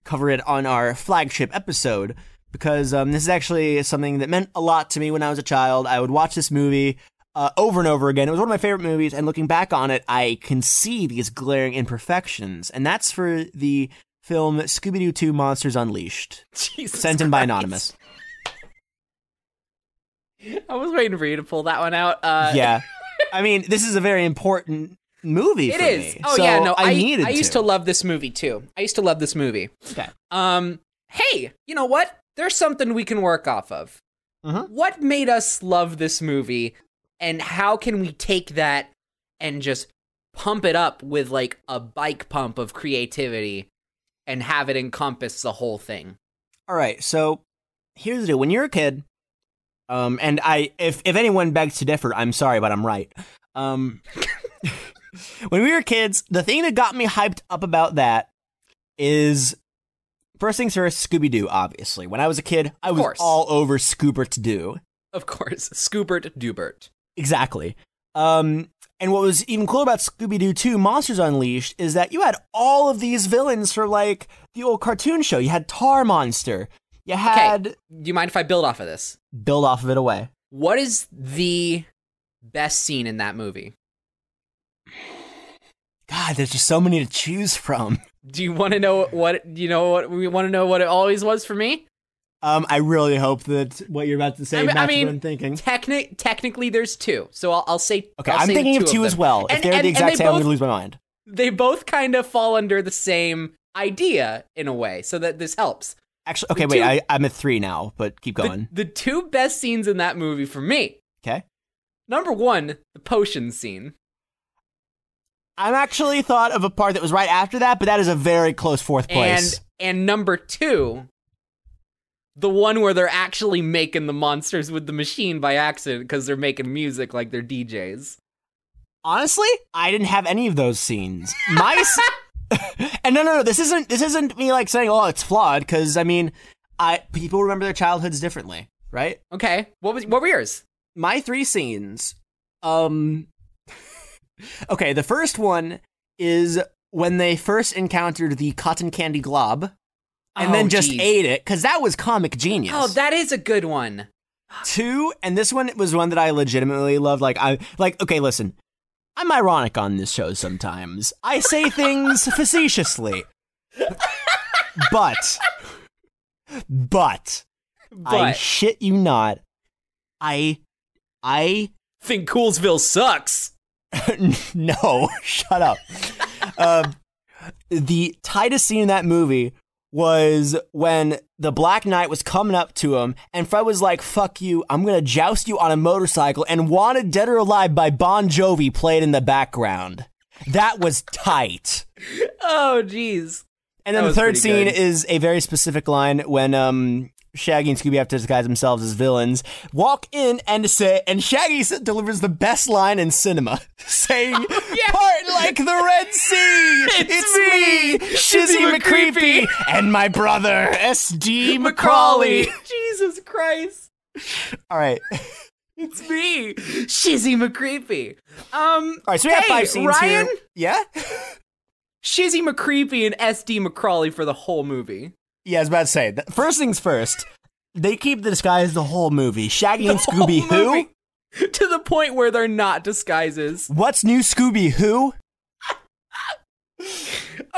S2: cover it on our flagship episode because um, this is actually something that meant a lot to me when I was a child. I would watch this movie uh, over and over again. It was one of my favorite movies, and looking back on it, I can see these glaring imperfections, and that's for the film Scooby Doo 2 Monsters Unleashed.
S1: Jesus.
S2: sent in by
S1: Christ.
S2: anonymous.
S1: I was waiting for you to pull that one out. Uh,
S2: yeah, I mean, this is a very important movie
S1: It
S2: for
S1: is.
S2: me.
S1: Oh
S2: so
S1: yeah, no, I,
S2: I, needed
S1: I used to. love this movie too. I used to love this movie.
S2: Okay.
S1: Um. Hey, you know what? There's something we can work off of.
S2: Mhm.
S1: What made us love this movie, and how can we take that and just pump it up with like a bike pump of creativity, and have it encompass the whole thing?
S2: All right, so here's the deal: when you're a kid, um, and I, if if anyone begs to differ, I'm sorry, but I'm right. Um, [laughs] when we were kids, the thing that got me hyped up about that is first things first, Scooby Doo. Obviously, when I was a kid, I
S1: Of
S2: was
S1: course.
S2: all over Scoober to do.
S1: Of course, [laughs] Scoobert Dubert.
S2: Exactly. Um, and what was even cool about Scooby Doo 2 Monsters Unleashed is that you had all of these villains from like the old cartoon show. You had Tar Monster. You had
S1: Do you mind if I build off of this?
S2: build off of it away.
S1: What is the best scene in that movie?
S2: God, there's just so many to choose from.
S1: Do you want to know what you know? What we want to know what it always was for me.
S2: Um, I really hope that what you're about to say
S1: I mean- I
S2: matches
S1: mean-
S2: what I'm thinking.
S1: Technic, technically, there's two, so I'll, I'll say.
S2: Hmm? Okay,
S1: I'll
S2: I'm
S1: say
S2: thinking of two as
S1: them.
S2: well. if
S1: And-
S2: they're
S1: and- and
S2: the exact
S1: they
S2: same, I'm
S1: both-
S2: gonna lose my mind.
S1: They both kind of fall under the same idea in a way, so that this helps.
S2: Actually, okay,
S1: The
S2: wait,
S1: two-
S2: I, I'm at three now, but keep
S1: The,
S2: going.
S1: the two best scenes in that movie for me.
S2: okay,
S1: Number one, the potion scene.
S2: I'm actually thought of a part that was right after that, but that is a very close fourth place.
S1: And and number two, the one where they're actually making the monsters with the machine by accident because they're making music like they're DJs.
S2: honestly, I didn't have any of those scenes. My
S1: [laughs]
S2: s- and no, no, no. This isn't this isn't me like saying, oh, it's flawed because I mean, I people remember their childhoods differently, right?
S1: Okay, what was what were yours?
S2: My three scenes. Um. [laughs] okay, the first one is when they first encountered the cotton candy glob, and
S1: Oh,
S2: then just
S1: geez.
S2: ate it because that was comic genius.
S1: Oh, that is a good one.
S2: two and this one was one that i legitimately loved like i like okay listen i'm ironic on this show sometimes
S1: [laughs]
S2: i say things facetiously but but i
S1: But
S2: shit you not i i
S1: think Coolsville sucks.
S2: [laughs] no, shut up. um, the tightest scene in that movie was when the Black Knight was coming up to him, and Fred was like, "Fuck you! I'm gonna joust you on a motorcycle." And "Wanted Dead or Alive" by Bon Jovi played in the background. That was tight.
S1: Oh, jeez.
S2: And
S1: That
S2: then the
S1: was
S2: third
S1: pretty
S2: scene
S1: good.
S2: is a very specific line when um Shaggy and Scooby have to disguise themselves as villains, walk in and say, and Shaggy s- delivers the best line in cinema, [laughs]
S1: [laughs]
S2: saying, "Part like the Red Sea, it's, me, Shizzy
S1: Shizzy
S2: McCreepy,
S1: McCreepy.
S2: and my brother S.D. Macaulay."
S1: [laughs] Jesus Christ.
S2: All right, all
S1: It's me, Shizzy McCreepy. Um,
S2: right. So we have
S1: Hey,
S2: five scenes
S1: Ryan?
S2: here. Yeah,
S1: Shizzy McCreepy and SD McCrawley for the whole movie.
S2: yeah. I was about to say. th- First things first. They keep the disguise the whole movie. Shaggy and
S1: The whole
S2: Scooby Who.
S1: movie. [laughs] To the point where they're not disguises.
S2: What's new, Scooby Who?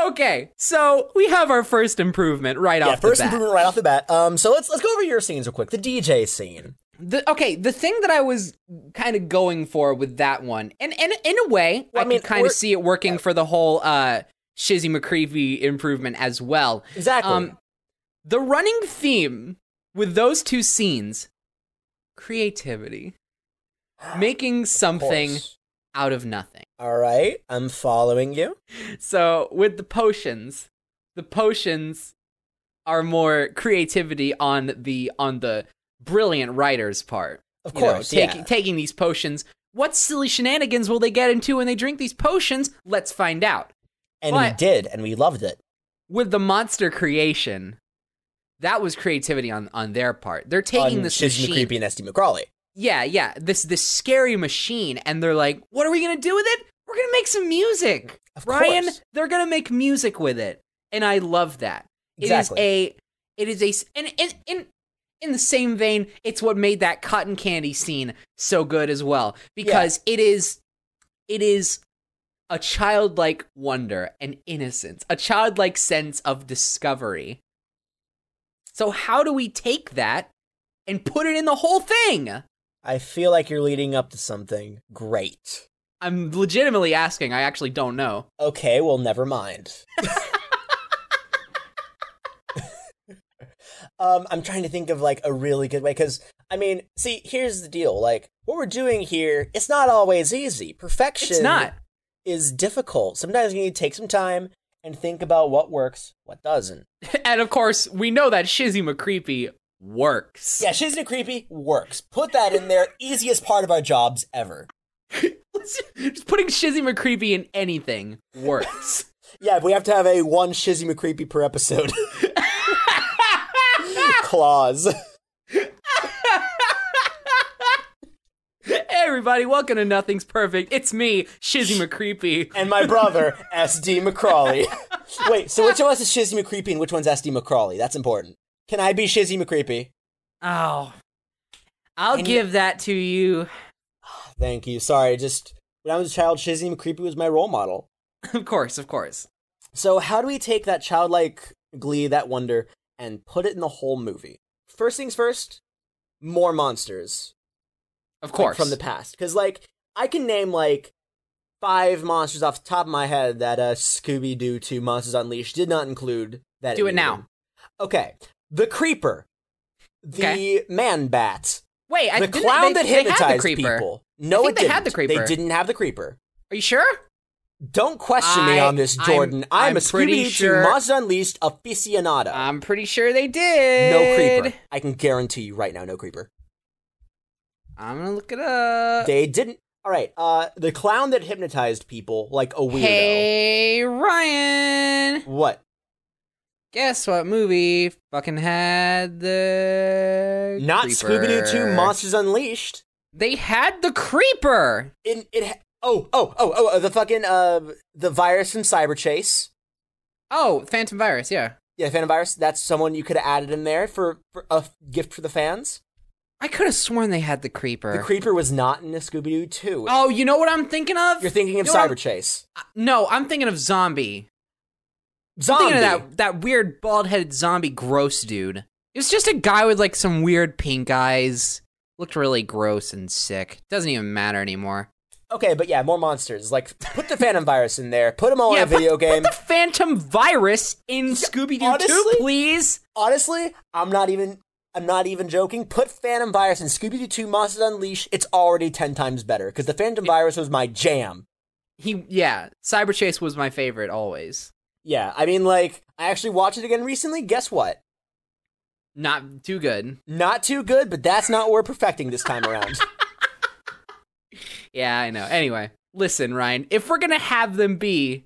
S1: Okay, so we have our first improvement right
S3: Yeah,
S1: off
S3: first
S1: the bat.
S3: improvement right off the bat. Um, so let's let's go over your scenes real quick. The DJ scene.
S1: The, okay, the thing that I was kind of going for with that one, and, and in a way,
S3: Well, I
S1: I,
S3: mean,
S1: can kind
S3: we're-
S1: of see it working for the whole uh, Shizzy McCreepy improvement as well.
S3: Exactly.
S1: Um, the running theme with those two scenes
S3: [gasps]
S1: creativity, making
S3: Of
S1: something
S3: course.
S1: out of nothing.
S3: All right, I'm following you.
S1: So, with the potions, the potions are more creativity on the on the brilliant writer's part.
S3: Of
S1: You know,
S3: course,
S1: taking
S3: yeah.
S1: taking these potions. What silly shenanigans will they get into when they drink these potions? Let's find out.
S3: and we
S1: but-
S3: did, and we loved it.
S1: With the monster creation, that was creativity on on their part. They're taking
S3: on
S1: this
S3: Shiz
S1: machine.
S3: McCreepy and Esty McCrawley.
S1: Yeah, yeah. This this scary machine, and they're like, "What are we gonna do with it? We're gonna make some music."
S3: Of
S1: Ryan,
S3: course.
S1: they're gonna make music with it, and I love that.
S3: Exactly.
S1: It is a, it is a, and in in in the same vein, it's what made that cotton candy scene so good as well because it is, it is a childlike wonder and innocence, a childlike sense of discovery. So how do we take that and put it in the whole thing?
S3: I feel like you're leading up to something great.
S1: I'm legitimately asking. I actually don't know.
S2: Okay, well,
S1: [laughs]
S2: never mind. um, I'm trying to think of like a really good way because I mean, see, here's the deal. Like what we're doing here, it's not always easy. Perfection
S1: It's not. [laughs]
S2: is difficult. Sometimes you need to take some time and think about what works, what doesn't.
S1: And of course, we know that Shizzy McCreepy works.
S2: Yeah, Shiznit Creepy works. Put that in [laughs] there. Easiest part of our jobs ever.
S1: [laughs] Just putting Shizzy McCreepy in anything [laughs] works.
S2: Yeah, but we have to have a one Shizzy McCreepy per [laughs] episode clause.
S1: hey, everybody, welcome to Nothing's Perfect. It's me, Shizzy McCreepy.
S2: and my [laughs] brother, SD [laughs] McCrawley. Wait, so which of us is Shizzy McCreepy and which one's SD McCrawley? That's important. Can I be Shizzy McCreepy?
S1: Oh, I'll
S2: And-
S1: give that to you.
S2: Thank you. Sorry, just when I was a child, Shizzy McCreepy was my role model.
S1: Of course, of course.
S2: So how do we take that childlike glee, that wonder, and put it in the whole movie? First things first, more monsters.
S1: Of
S2: like,
S1: course.
S2: from the past because like i can name like five monsters off the top of my head that uh scooby-doo 2 monsters unleashed did not include that
S1: Do it
S2: needed
S1: now.
S2: them. okay the creeper the
S1: Okay.
S2: man bat
S1: Wait, I
S2: the
S1: didn't-
S2: clown
S1: they-
S2: that
S1: they had the
S2: hypnotized
S1: creeper.
S2: people no
S1: think
S2: it
S1: they
S2: didn't
S1: had the
S2: they
S1: creeper.
S2: didn't have the creeper
S1: Are you sure?
S2: don't question me
S1: I-
S2: on this
S1: I'm-
S2: jordan i'm, a
S1: I'm pretty
S2: scooby-doo
S1: sure-
S2: 2 monsters unleashed aficionado
S1: I'm pretty sure they
S2: no
S1: did.
S2: creeper i can guarantee you right now no creeper
S1: I'm gonna look it up.
S2: they didn't all right uh the clown that hypnotized people like a weirdo
S1: Hey, Ryan.
S2: what
S1: Guess what movie fucking had the
S2: Not
S1: creeper.
S2: Scooby Doo 2 Monsters Unleashed.
S1: They had the creeper.
S2: It, it ha- oh, oh, oh, oh, uh, the fucking uh the virus from Cyber Chase.
S1: Oh, Phantom Virus, yeah.
S2: Yeah, Phantom Virus, that's someone you could have added in there for, for a f- gift for the fans.
S1: I could have sworn they had the creeper.
S2: The creeper was not in a Scooby Doo 2.
S1: oh, you know what I'm thinking of?
S2: You're thinking of
S1: You know what
S2: Cyber Chase.
S1: I'm- no, I'm thinking of zombie. I'm
S2: Zombie.
S1: thinking of that that weird bald-headed zombie gross dude. It was just a guy with like some weird pink eyes. Looked really gross and sick. Doesn't even matter anymore.
S2: Okay, but yeah, more monsters. Like put the Phantom Virus in there. Put them all
S1: yeah,
S2: in Oh, a video
S1: put,
S2: game.
S1: Put the Phantom Virus in Scooby Doo 2,
S2: honestly?
S1: please.
S2: Honestly, I'm not even I'm not even joking. Put Phantom Virus in Scooby Doo 2 Monsters Unleashed. It's already 10 times better because the Phantom Virus was my jam.
S1: He yeah, Cyber Chase was my favorite always.
S2: Yeah, I mean, like, I actually watched it again recently. Guess what?
S1: Not too good.
S2: Not too good, but that's not what we're perfecting this
S1: [laughs]
S2: time around.
S1: Yeah, I know. Anyway, listen, Ryan, if we're gonna have them be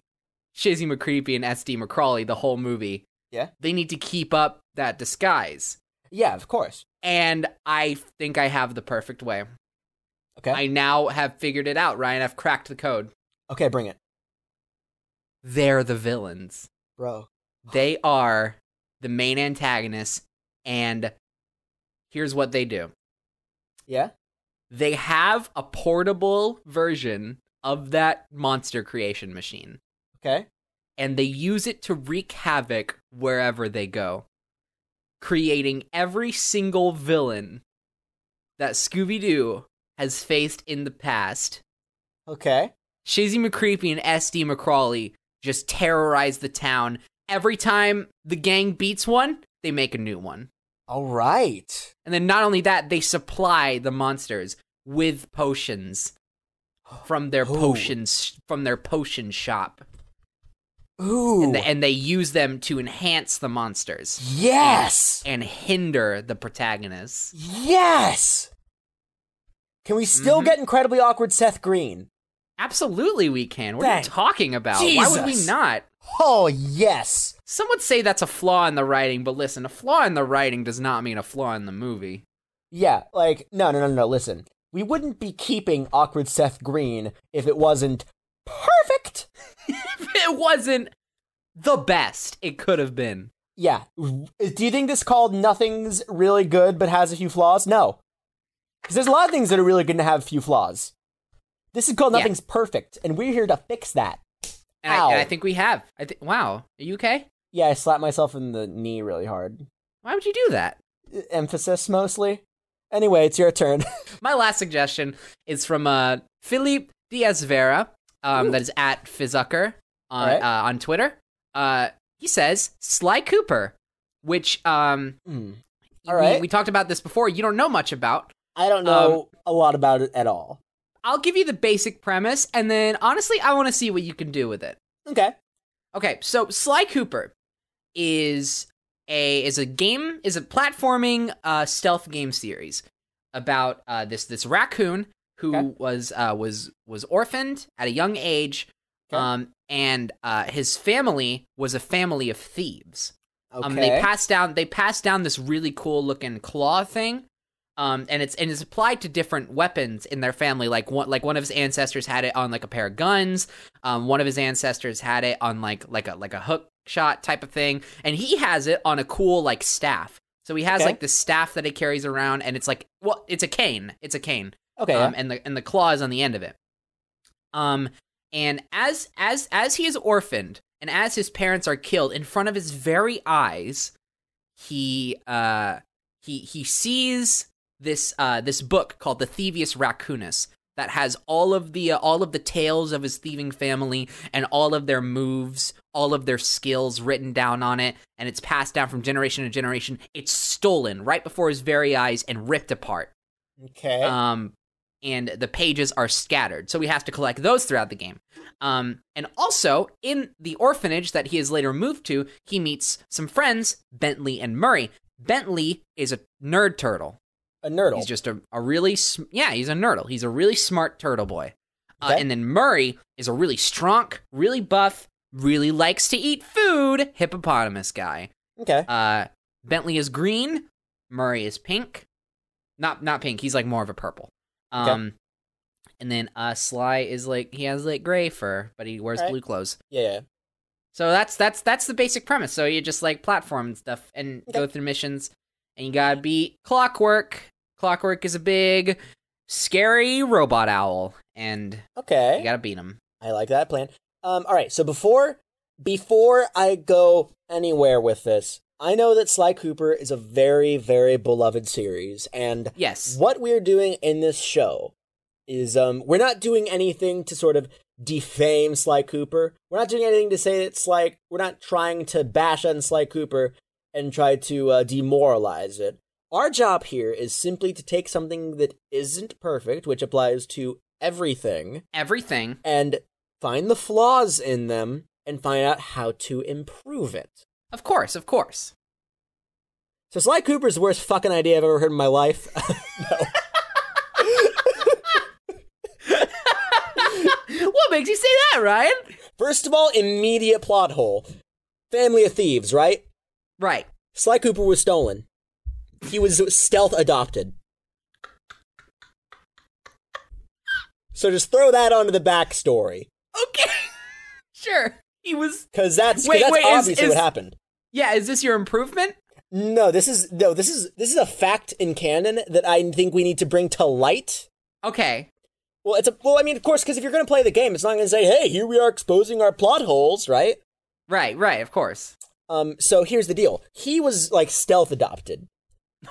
S1: Shizzy McCreepy and SD McCrawley the whole movie,
S2: Yeah.
S1: they need to keep up that disguise.
S2: yeah, of course.
S1: And I think I have the perfect way.
S2: Okay.
S1: I now have figured it out, Ryan. I've cracked the code.
S2: okay, bring it.
S1: They're the villains.
S2: Bro.
S1: They are the main antagonists, and here's what they do.
S2: Yeah?
S1: they have a portable version of that monster creation machine
S2: Okay.
S1: and they use it to wreak havoc wherever they go creating every single villain that scooby-doo has faced in the past
S2: Okay.
S1: shizzy mccreepy and sd mccrawley just terrorize the town every time the gang beats one they make a new one
S2: All right.
S1: and then not only that, they supply the monsters with potions from their
S2: Ooh.
S1: potions from their potion shop.
S2: Ooh.
S1: And, they- and they use them to enhance the monsters
S2: yes.
S1: and hinder the protagonists.
S2: Yes. Can we still
S1: Mhm.
S2: get incredibly awkward Seth Green?
S1: Absolutely we can. What are
S2: Bang.
S1: you talking about? Why would we
S2: Jesus.
S1: not?
S2: Oh, yes.
S1: Some would say that's a flaw in the writing, but listen, a flaw in the writing does not mean a flaw in the movie. [laughs]
S2: Yeah, like, no, no, no, no, listen. We wouldn't be keeping awkward Seth Green if it wasn't perfect.
S1: it wasn't the best it could have been.
S2: Yeah. Do you think this called nothing's really good but has a few flaws? No. Because there's a lot of things that are really good to have a few flaws. This is called
S1: Yeah.
S2: nothing's perfect, and we're here to fix that.
S1: And, I, and I
S2: Ow.
S1: think we have. I thi- wow. Are you okay?
S2: Yeah, I slapped myself in the knee really hard.
S1: Why would you do that?
S2: E- Emphasis mostly. Anyway, it's your turn.
S1: My last suggestion is from uh, Philippe Diaz Vera, um, that is at Fizzucker on
S2: Alright.
S1: uh, on Twitter. Uh, he says Sly Cooper, which um,
S2: Hmm.
S1: we-
S2: Alright.
S1: we talked about this before. You don't know much about.
S2: I don't know
S1: Um,
S2: a lot about it at all.
S1: I'll give you the basic premise, and then honestly, I want to see what you can do with it.
S2: Okay.
S1: Okay, so Sly Cooper is a is a game is a platforming uh, stealth game series about uh, this this raccoon who
S2: Okay.
S1: was uh, was was orphaned at a young age,
S2: Okay.
S1: um, and uh, his family was a family of thieves.
S2: Okay.
S1: Um, they pass down they pass down this really cool looking claw thing, um, and it's and it's applied to different weapons in their family. Like one like one of his ancestors had it on like a pair of guns. Um, one of his ancestors had it on like like a like a hook shot type of thing, and he has it on a cool like staff. So he has
S2: Okay.
S1: like this staff that he carries around, and it's like well, it's a cane. It's a cane
S2: okay.
S1: um, and the and the claw is on the end of it. Um, and as as as he is orphaned, and as his parents are killed in front of his very eyes, he uh he he sees this uh this book called the Thievius Raccoonus that has all of the uh, all of the tales of his thieving family and all of their moves, all of their skills written down on it, and it's passed down from generation to generation. It's stolen right before his very eyes and ripped apart
S2: okay.
S1: um, and the pages are scattered. So we have to collect those throughout the game. Um, and also in the orphanage that he is later moved to, he meets some friends, Bentley and Murray. Bentley is a nerd turtle.
S2: a nerdle.
S1: He's just a, a really sm- yeah, he's a nerdle. He's a really smart turtle boy. Uh,
S2: Okay.
S1: and then Murray is a really strong, really buff, really likes to eat food hippopotamus guy.
S2: okay.
S1: Uh, Bentley is green. Murray is pink. Not not pink. He's like more of a purple. Um,
S2: Okay.
S1: and then uh, Sly is like he has like gray fur, but he wears
S2: Alright.
S1: blue clothes.
S2: Yeah.
S1: So that's that's that's the basic premise. So you just like platform and stuff and
S2: Okay.
S1: go through missions, and you gotta beat Clockwork. Clockwork is a big, scary robot owl, and
S2: Okay.
S1: you gotta beat him.
S2: I like that plan. Um, all right, so before before I go anywhere with this, I know that Sly Cooper is a very very beloved series, and
S1: Yes.
S2: what we're doing in this show is um, we're not doing anything to sort of defame Sly Cooper. We're not doing anything to say it's like we're not trying to bash on Sly Cooper and try to uh, demoralize it. Our job here is simply to take something that isn't perfect, which applies to everything,
S1: Everything.
S2: and find the flaws in them and find out how to improve it.
S1: Of course. Of course. [laughs]
S2: So Sly Cooper's the worst fucking idea I've ever heard in my life.
S1: what makes you say that, Ryan?
S2: First of all, immediate plot hole. Family of thieves, right?
S1: Right.
S2: Sly Cooper was stolen. He was stealth adopted. So just throw that onto the backstory.
S1: Okay. [laughs] sure. He was.
S2: Cause that's, 'cause
S1: Wait,
S2: that's
S1: wait, is-
S2: obviously
S1: is-
S2: what happened.
S1: Yeah, is this your improvement?
S2: No, this is no, this is this is a fact in canon that I think we need to bring to light.
S1: Okay.
S2: Well, it's a well. I mean, of course, because if you're going to play the game, it's not going to say, "Hey, here we are exposing our plot holes," right?
S1: Right, right, of course.
S2: Um. So here's the deal: he was like stealth adopted.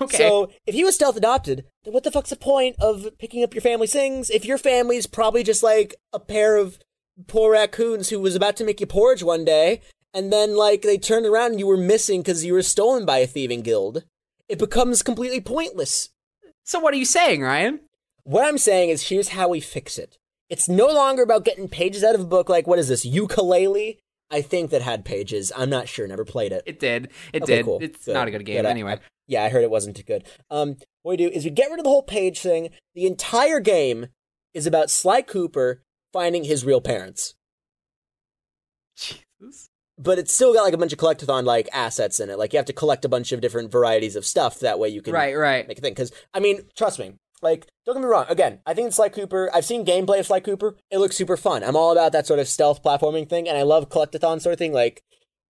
S1: Okay.
S2: So if he was stealth adopted, then what the fuck's the point of picking up your family's things if your family's probably just like a pair of poor raccoons who was about to make you porridge one day, and then like they turned around and you were missing because you were stolen by a thieving guild? It becomes completely pointless.
S1: so what are you saying, Ryan?
S2: What I'm saying is here's how we fix it. It's no longer about getting pages out of a book like what is this, ukulele? I think that had pages. I'm not sure, never played it.
S1: It did. It
S2: Okay,
S1: did.
S2: cool.
S1: It's
S2: Good.
S1: not a good game
S2: Good. I- [laughs]
S1: anyway.
S2: Yeah, I heard it wasn't too good. Um what we do is we get rid of the whole page thing. The entire game is about Sly Cooper finding his real parents.
S1: Jesus.
S2: But it's still got like a bunch of collectathon like assets in it. Like you have to collect a bunch of different varieties of stuff that way you can
S1: Right, right.
S2: make a thing. Because I mean, trust me. Like, don't get me wrong. Again, I think Sly Cooper. I've seen gameplay of Sly Cooper. It looks super fun. I'm all about that sort of stealth platforming thing, and I love collectathon sort of thing. Like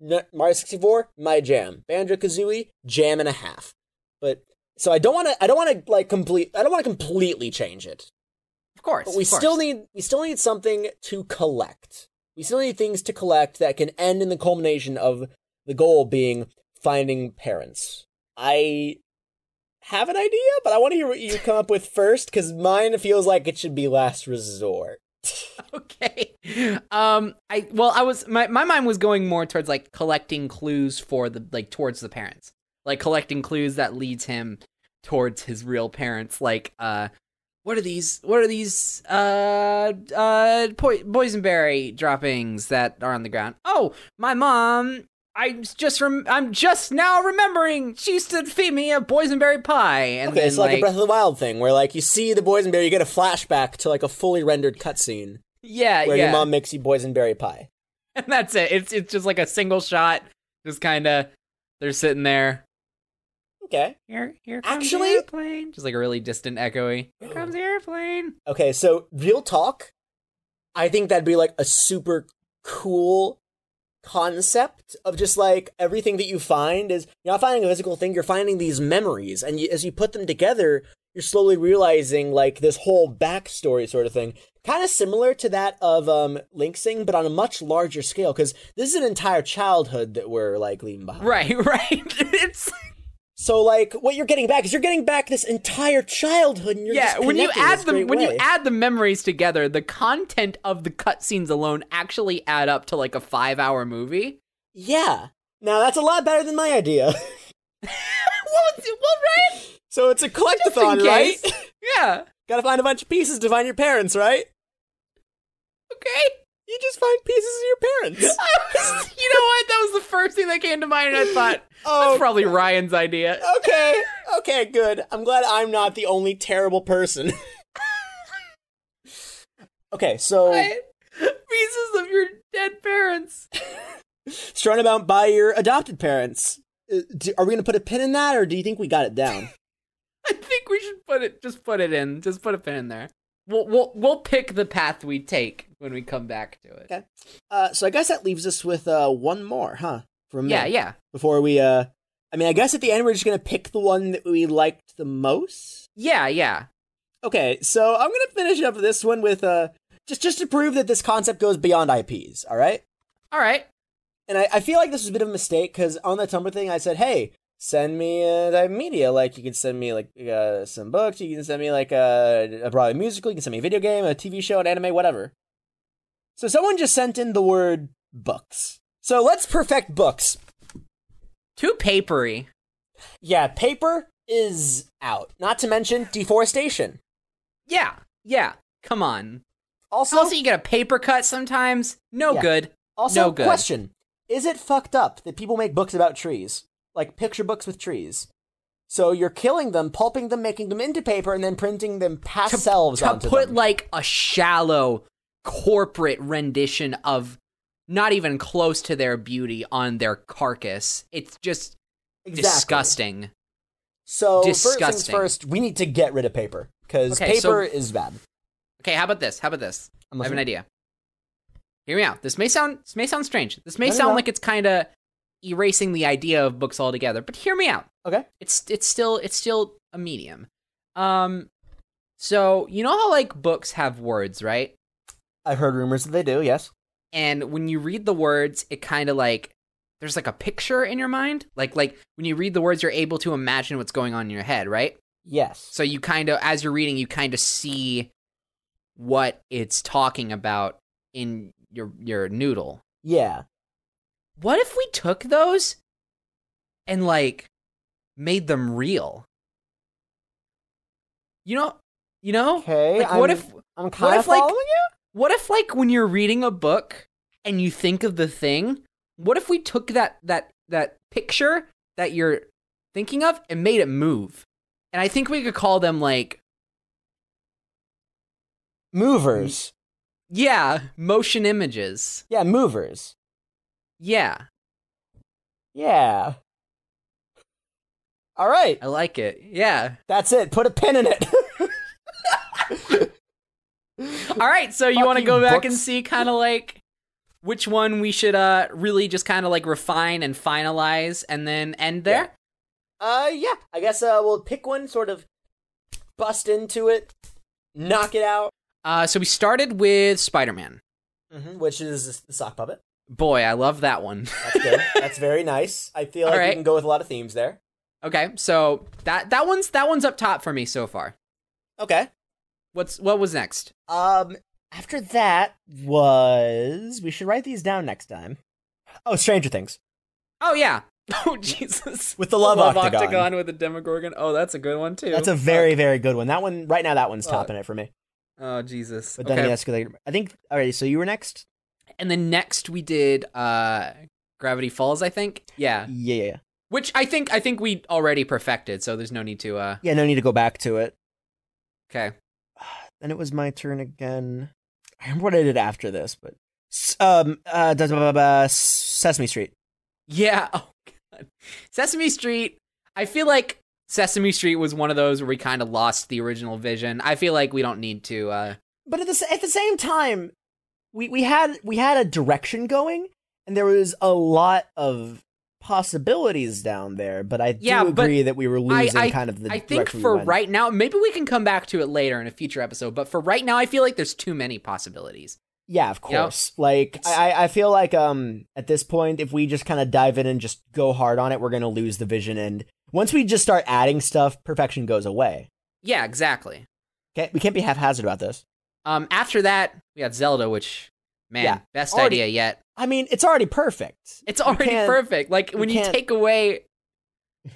S2: N- Mario 64, my jam. Banjo Kazooie, jam and a half. But so I don't want to. I don't want to like complete. I don't want to completely change it.
S1: Of course.
S2: But we
S1: of course.
S2: still need. We still need something to collect. We still need things to collect that can end in the culmination of the goal being finding parents. I have an idea, but I want to hear what you come up with first because mine feels like it should be last resort.
S1: [laughs] okay. Um, I well, I was my my mind was going more towards like collecting clues for the like towards the parents, like collecting clues that leads him towards his real parents. Like, uh, what are these? What are these? Uh, uh, po- boysenberry droppings that are on the ground. Oh, my mom. I'm just rem- I'm just now remembering she used to feed me a boysenberry pie, and
S2: Okay,
S1: then,
S2: it's like, a Breath of the Wild thing where like you see the boysenberry, you get a flashback to like a fully rendered cutscene
S1: yeah,
S2: where
S1: Uh, yeah.
S2: your mom makes you boysenberry pie.
S1: [laughs] and that's it. It's it's just like a single shot. Just kind of they're sitting there.
S2: Okay.
S1: Here, here comes
S2: Actually-
S1: the airplane. Just like a really distant echoey. Here comes the airplane.
S2: Okay, so real talk, I think that'd be like a super cool concept of just like everything that you find is you're not finding a physical thing, you're finding these memories, and you, as you put them together, you're slowly realizing like this whole backstory sort of thing, kind of similar to that of um Linksing, but on a much larger scale because this is an entire childhood that we're like leaving behind.
S1: Right, [laughs] right. It's
S2: So like what you're getting back is you're getting back this entire childhood. And you're
S1: yeah.
S2: just
S1: When you
S2: connecting in
S1: add
S2: this
S1: them,
S2: great
S1: when you
S2: way.
S1: add the memories together, the content of the cutscenes alone actually add up to like a five-hour movie. [laughs]
S2: Yeah. Now that's a lot better than my idea. [laughs]
S1: what was it? Well, right?
S2: So it's
S1: [laughs]
S2: a
S1: Just in
S2: collectathon, right?
S1: case. [laughs] Yeah.
S2: [laughs] Gotta find a bunch of pieces to find your parents, right?
S1: Okay. [laughs]
S2: You just find pieces of your parents.
S1: I
S2: [laughs]
S1: was, you know what? That was the first thing that came to mind, and I thought that's
S2: Oh.
S1: probably Ryan's idea.
S2: okay, okay, good. I'm glad I'm not the only terrible person. [laughs] okay, so
S1: Right? Pieces of your dead parents. [laughs]
S2: strung about by your adopted parents. Uh, do- are we gonna put a pin in that, or do you think we got
S1: [laughs]
S2: it down?
S1: I think we should put it. Just put it in. Just put a pin in there. We'll we'll we'll pick the path we take when we come back to it.
S2: Okay. Uh, so I guess that leaves us with uh, one more, huh? From me.
S1: Yeah, yeah,
S2: Before we, uh, I mean, I guess at the end we're just gonna pick the one that we liked the most.
S1: yeah, yeah.
S2: Okay, so I'm gonna finish up this one with uh just just to prove that this concept goes beyond IPs. All right,
S1: All right.
S2: and I, I feel like this was a bit of a mistake because on the Tumblr thing I said, hey, send me uh, that media. Like you can send me like uh, some books, you can send me like uh, a Broadway musical, you can send me a video game, a TV show, an anime, whatever. So someone just sent in the word books. So let's perfect books.
S1: Too papery.
S2: Yeah, paper is out. Not to mention deforestation.
S1: Yeah, yeah. Come on.
S2: Also,
S1: also, you get a paper cut sometimes. No
S2: Yeah.
S1: good.
S2: Also,
S1: No good.
S2: question: Is it fucked up that people make books about trees, like picture books with trees? So you're killing them, pulping them, making them into paper, and then printing them past selves
S1: to
S2: onto
S1: put
S2: them.
S1: like a shallow corporate rendition of not even close to their beauty on their carcass. It's just
S2: Exactly.
S1: disgusting.
S2: So first
S1: Disgusting.
S2: things first, we need to get rid of paper because
S1: Okay,
S2: paper
S1: so-
S2: is bad.
S1: Okay, how about this? How about this?
S2: I'm
S1: I have an
S2: listening.
S1: idea. Hear me out. This may sound this may sound strange. This may
S2: No, no,
S1: sound
S2: no.
S1: like it's kind of erasing the idea of books altogether, but hear me out.
S2: Okay.
S1: It's it's still it's still a medium. Um so you know how like books have words, right?
S2: I've heard rumors that they do. Yes.
S1: And when you read the words, it kind of like there's like a picture in your mind. Like like when you read the words, you're able to imagine what's going on in your head, right?
S2: Yes.
S1: So you kind of, as you're reading, you kind of see what it's talking about in your your noodle.
S2: yeah.
S1: What if we took those and like made them real? You know, you know.
S2: Okay.
S1: Like, what
S2: I'm-
S1: if
S2: I'm kind
S1: what
S2: of
S1: if like
S2: following you?
S1: what if like when you're reading a book and you think of the thing? What if we took that that that picture that you're thinking of and made it move? And I think we could call them like
S2: movers.
S1: Yeah, motion images.
S2: Yeah, movers.
S1: Yeah,
S2: Yeah. All right.
S1: I like it. Yeah.
S2: That's it. Put a pin in it. [laughs]
S1: All right, so you
S2: Fuck
S1: want to
S2: you,
S1: go back and
S2: books.
S1: see kind of like which one we should uh really just kind of like refine and finalize and then end there?
S2: uh, yeah. I guess uh, we'll pick one, sort of bust into it, knock it out,
S1: Uh so we started with Spider-Man.
S2: mm-hmm. which is the sock puppet.
S1: Boy, I love that one. [laughs]
S2: That's [laughs] good. That's very nice. I feel
S1: All
S2: like
S1: right.
S2: we can go with a lot of themes there.
S1: okay, so that that one's that one's up top for me so far.
S2: Okay.
S1: What's what was next?
S2: Um, After that was we should write these down next time. Oh, Stranger Things
S1: Oh yeah. [laughs] Oh Jesus.
S2: with the Oh, love,
S1: Love
S2: octagon.
S1: with a Demogorgon. Oh, that's a good one too.
S2: That's a very very good one. That one right now that one's
S1: Fuck.
S2: topping it for me.
S1: Oh Jesus.
S2: But then
S1: okay.
S2: we escalated. I think all right. So you were next.
S1: And then next we did uh Gravity Falls, I think. Yeah.
S2: Yeah, yeah, yeah.
S1: Which I think I think we already perfected, so there's no need to uh
S2: Yeah, no need to go back to it.
S1: okay.
S2: Then it was my turn again. I remember what I did after this, but S- um, uh, da- da- da- da- da- Sesame Street.
S1: Yeah. [laughs] Oh god. Sesame Street. I feel like Sesame Street was one of those where we kind of lost the original vision. I feel like we don't need to uh
S2: But at the s- at the same time, we we had we had a direction going, and there was a lot of possibilities down there. But I do
S1: Yeah, but
S2: agree that we were losing
S1: I-
S2: kind of the.
S1: I think
S2: direction we
S1: for
S2: went.
S1: right now, maybe we can come back to it later in a future episode, but for right now I feel like there's too many possibilities.
S2: Yeah, of
S1: You know,
S2: course. like
S1: it's-
S2: I, I feel like um at this point, if we just kind of dive in and just go hard on it, we're gonna lose the vision. And once we just start adding stuff, perfection goes away.
S1: Yeah, exactly.
S2: Okay, we can't be haphazard about this.
S1: Um after that, we had Zelda, which man,
S2: Yeah.
S1: best
S2: Already-
S1: idea yet.
S2: I mean, it's already perfect.
S1: It's already
S2: can't-
S1: perfect. Like
S2: you
S1: when you
S2: can't-
S1: take away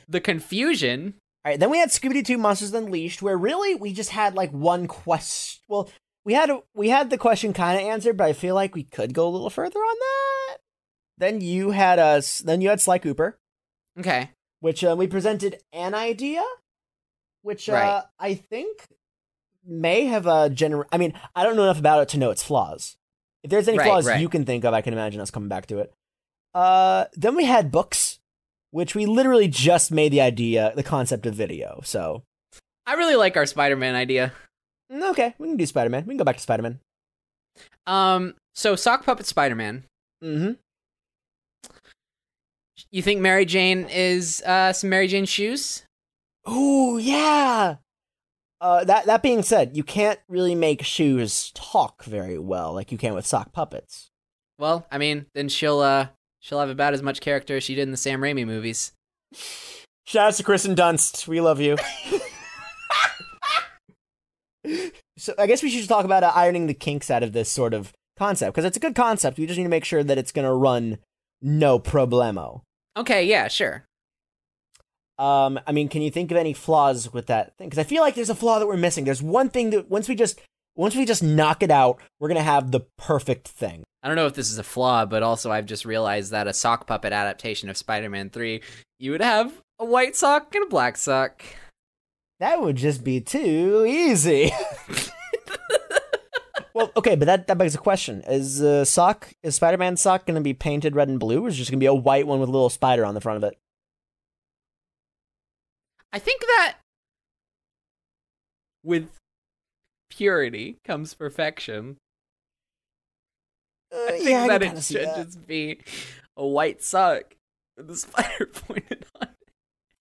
S1: the confusion,
S2: All right, then we had Scooby Doo Monsters Unleashed, where really we just had like one quest. Well, we had a, we had the question kind of answered, but I feel like we could go a little further on that. Then you had us. Then you had Sly Cooper,
S1: okay,
S2: which uh, we presented an idea, which uh,
S1: Right.
S2: I think may have uh, gener. I mean, I don't know enough about it to know its flaws. If there's any
S1: Right,
S2: flaws
S1: right.
S2: you can think of, I can imagine us coming back to it. Uh, then we had books, which we literally just made the idea, the concept of video. So
S1: I really like our Spider-Man idea.
S2: Mm, Okay, we can do Spider Man. We can go back to Spider Man.
S1: Um, so sock puppet Spider-Man.
S2: Mm-hmm.
S1: You think Mary Jane is uh some Mary Jane shoes?
S2: Ooh, yeah. Uh, that that being said, you can't really make shoes talk very well, like you can with sock puppets.
S1: Well, I mean, then she'll uh she'll have about as much character as she did in the Sam Raimi movies.
S2: Shout out to Chris and Dunst. We love you. so I guess we should just talk about uh, ironing the kinks out of this sort of concept because it's a good concept. We just need to make sure that it's gonna run no problemo.
S1: Okay, yeah, sure.
S2: Um, I mean, can you think of any flaws with that thing? Because I feel like there's a flaw that we're missing. There's one thing that once we just once we just knock it out, we're gonna have the perfect thing.
S1: I don't know if this is a flaw, but also I've just realized that a sock puppet adaptation of Spider-Man 3, you would have a white sock and a black sock.
S2: That would just be too easy. [laughs] well, okay, but that that begs a question: Is uh, sock is Spider Man sock gonna be painted red and blue, or is it just gonna be a white one with a little spider on the front of it?
S1: I think that with purity comes perfection. I
S2: Uh,
S1: think
S2: yeah, I
S1: that
S2: can
S1: it
S2: kinda see
S1: should
S2: that.
S1: just be a white sock with the spider [laughs] pointed on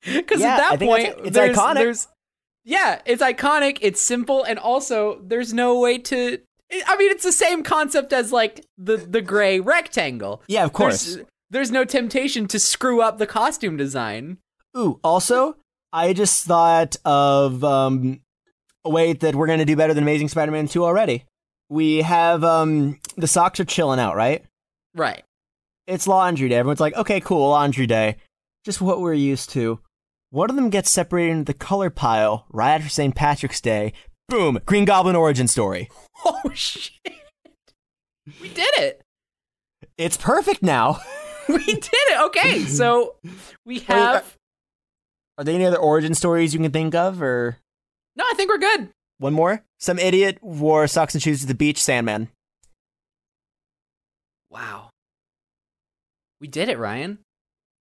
S1: it. Because
S2: Yeah,
S1: at
S2: I
S1: that
S2: think that's
S1: point,
S2: it. It's
S1: there's,
S2: iconic.
S1: There's, yeah, it's iconic. It's simple, and also there's no way to. I I mean, it's the same concept as like the the gray rectangle.
S2: Yeah, of course.
S1: There's, there's no temptation to screw up the costume design.
S2: Ooh, also, I just thought of um wait that we're gonna do better than Amazing Spider-Man 2 already. We have um the socks are chilling out, right?
S1: Right. [laughs]
S2: It's laundry day. Everyone's like, okay, cool, laundry day. Just what we're used to. One of them gets separated into the color pile right after St. Patrick's Day. Boom! Green Goblin origin story.
S1: Oh shit! We did it.
S2: It's perfect now. [laughs]
S1: [laughs] We did it. Okay, so [laughs] we have.
S2: Are there any other origin stories you can think of, or
S1: No, I think we're good.
S2: one more? Some idiot wore socks and shoes to the beach. Sandman.
S1: Wow. We did it, Ryan.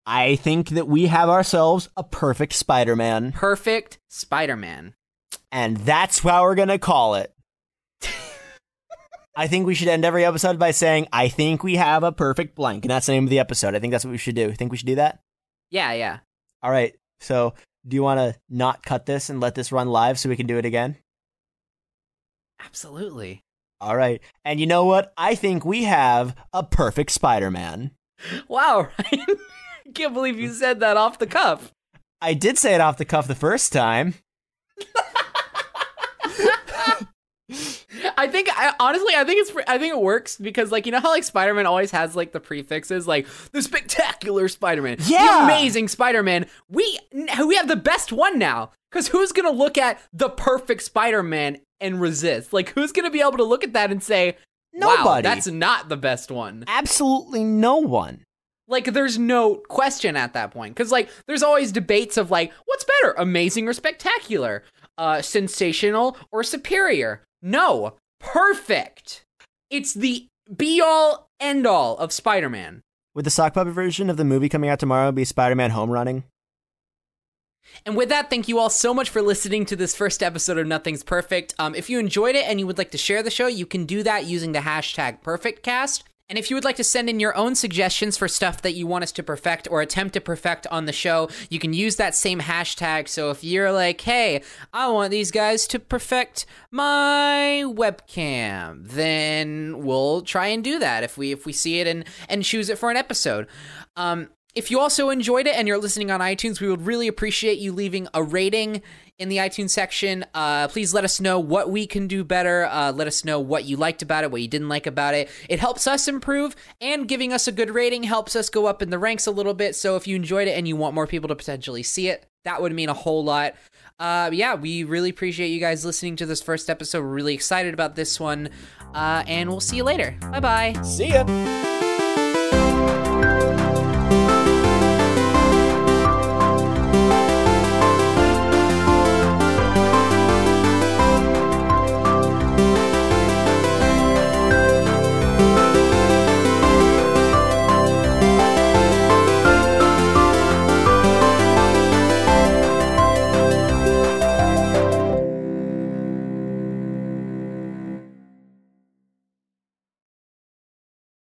S2: I think that we have ourselves a perfect Spider Man,
S1: Perfect Spider-Man.
S2: and that's how we're going to call it. I think we should end every episode by saying, I think we have a perfect blank. And that's the name of the episode. I think that's what we should do. Think we should do that?
S1: Yeah, yeah.
S2: All right. So, do you want to not cut this and let this run live so we can do it again?
S1: Absolutely.
S2: All right. And you know what? I think we have a perfect Spider Man.
S1: Wow, [laughs] Ryan. I can't believe you said that off the cuff.
S2: I did say it off the cuff the first time.
S1: I think I, honestly, I think it's I think it works because like you know how like Spider Man always has like the prefixes like the spectacular Spider Man,
S2: Yeah.
S1: the amazing Spider Man. We we have the best one now because who's gonna look at the perfect Spider Man and resist? Like who's gonna be able to look at that and say, wow,
S2: Nobody.
S1: that's not the best one.
S2: absolutely no one.
S1: Like there's no question at that point because like there's always debates of like what's better, amazing or spectacular, uh, sensational or superior. No, perfect. It's the be all end all of Spider-Man.
S2: Would the sock puppet version of the movie coming out tomorrow be Spider Man home running?
S1: And with that, thank you all so much for listening to this first episode of Nothing's Perfect. Um, if you enjoyed it and you would like to share the show, you can do that using the hashtag PerfectCast. And if you would like to send in your own suggestions for stuff that you want us to perfect or attempt to perfect on the show, you can use that same hashtag. So if you're like, hey, I want these guys to perfect my webcam, then we'll try and do that if we if we see it and and choose it for an episode. Um, if you also enjoyed it and you're listening on iTunes, we would really appreciate you leaving a rating in the iTunes section. Uh, please let us know what we can do better. Uh, let us know what you liked about it, what you didn't like about it. It helps us improve, and giving us a good rating helps us go up in the ranks a little bit. So if you enjoyed it and you want more people to potentially see it, that would mean a whole lot. Uh, yeah, we really appreciate you guys listening to this first episode. We're really excited about this one, uh, and we'll see you later. Bye bye.
S3: See ya.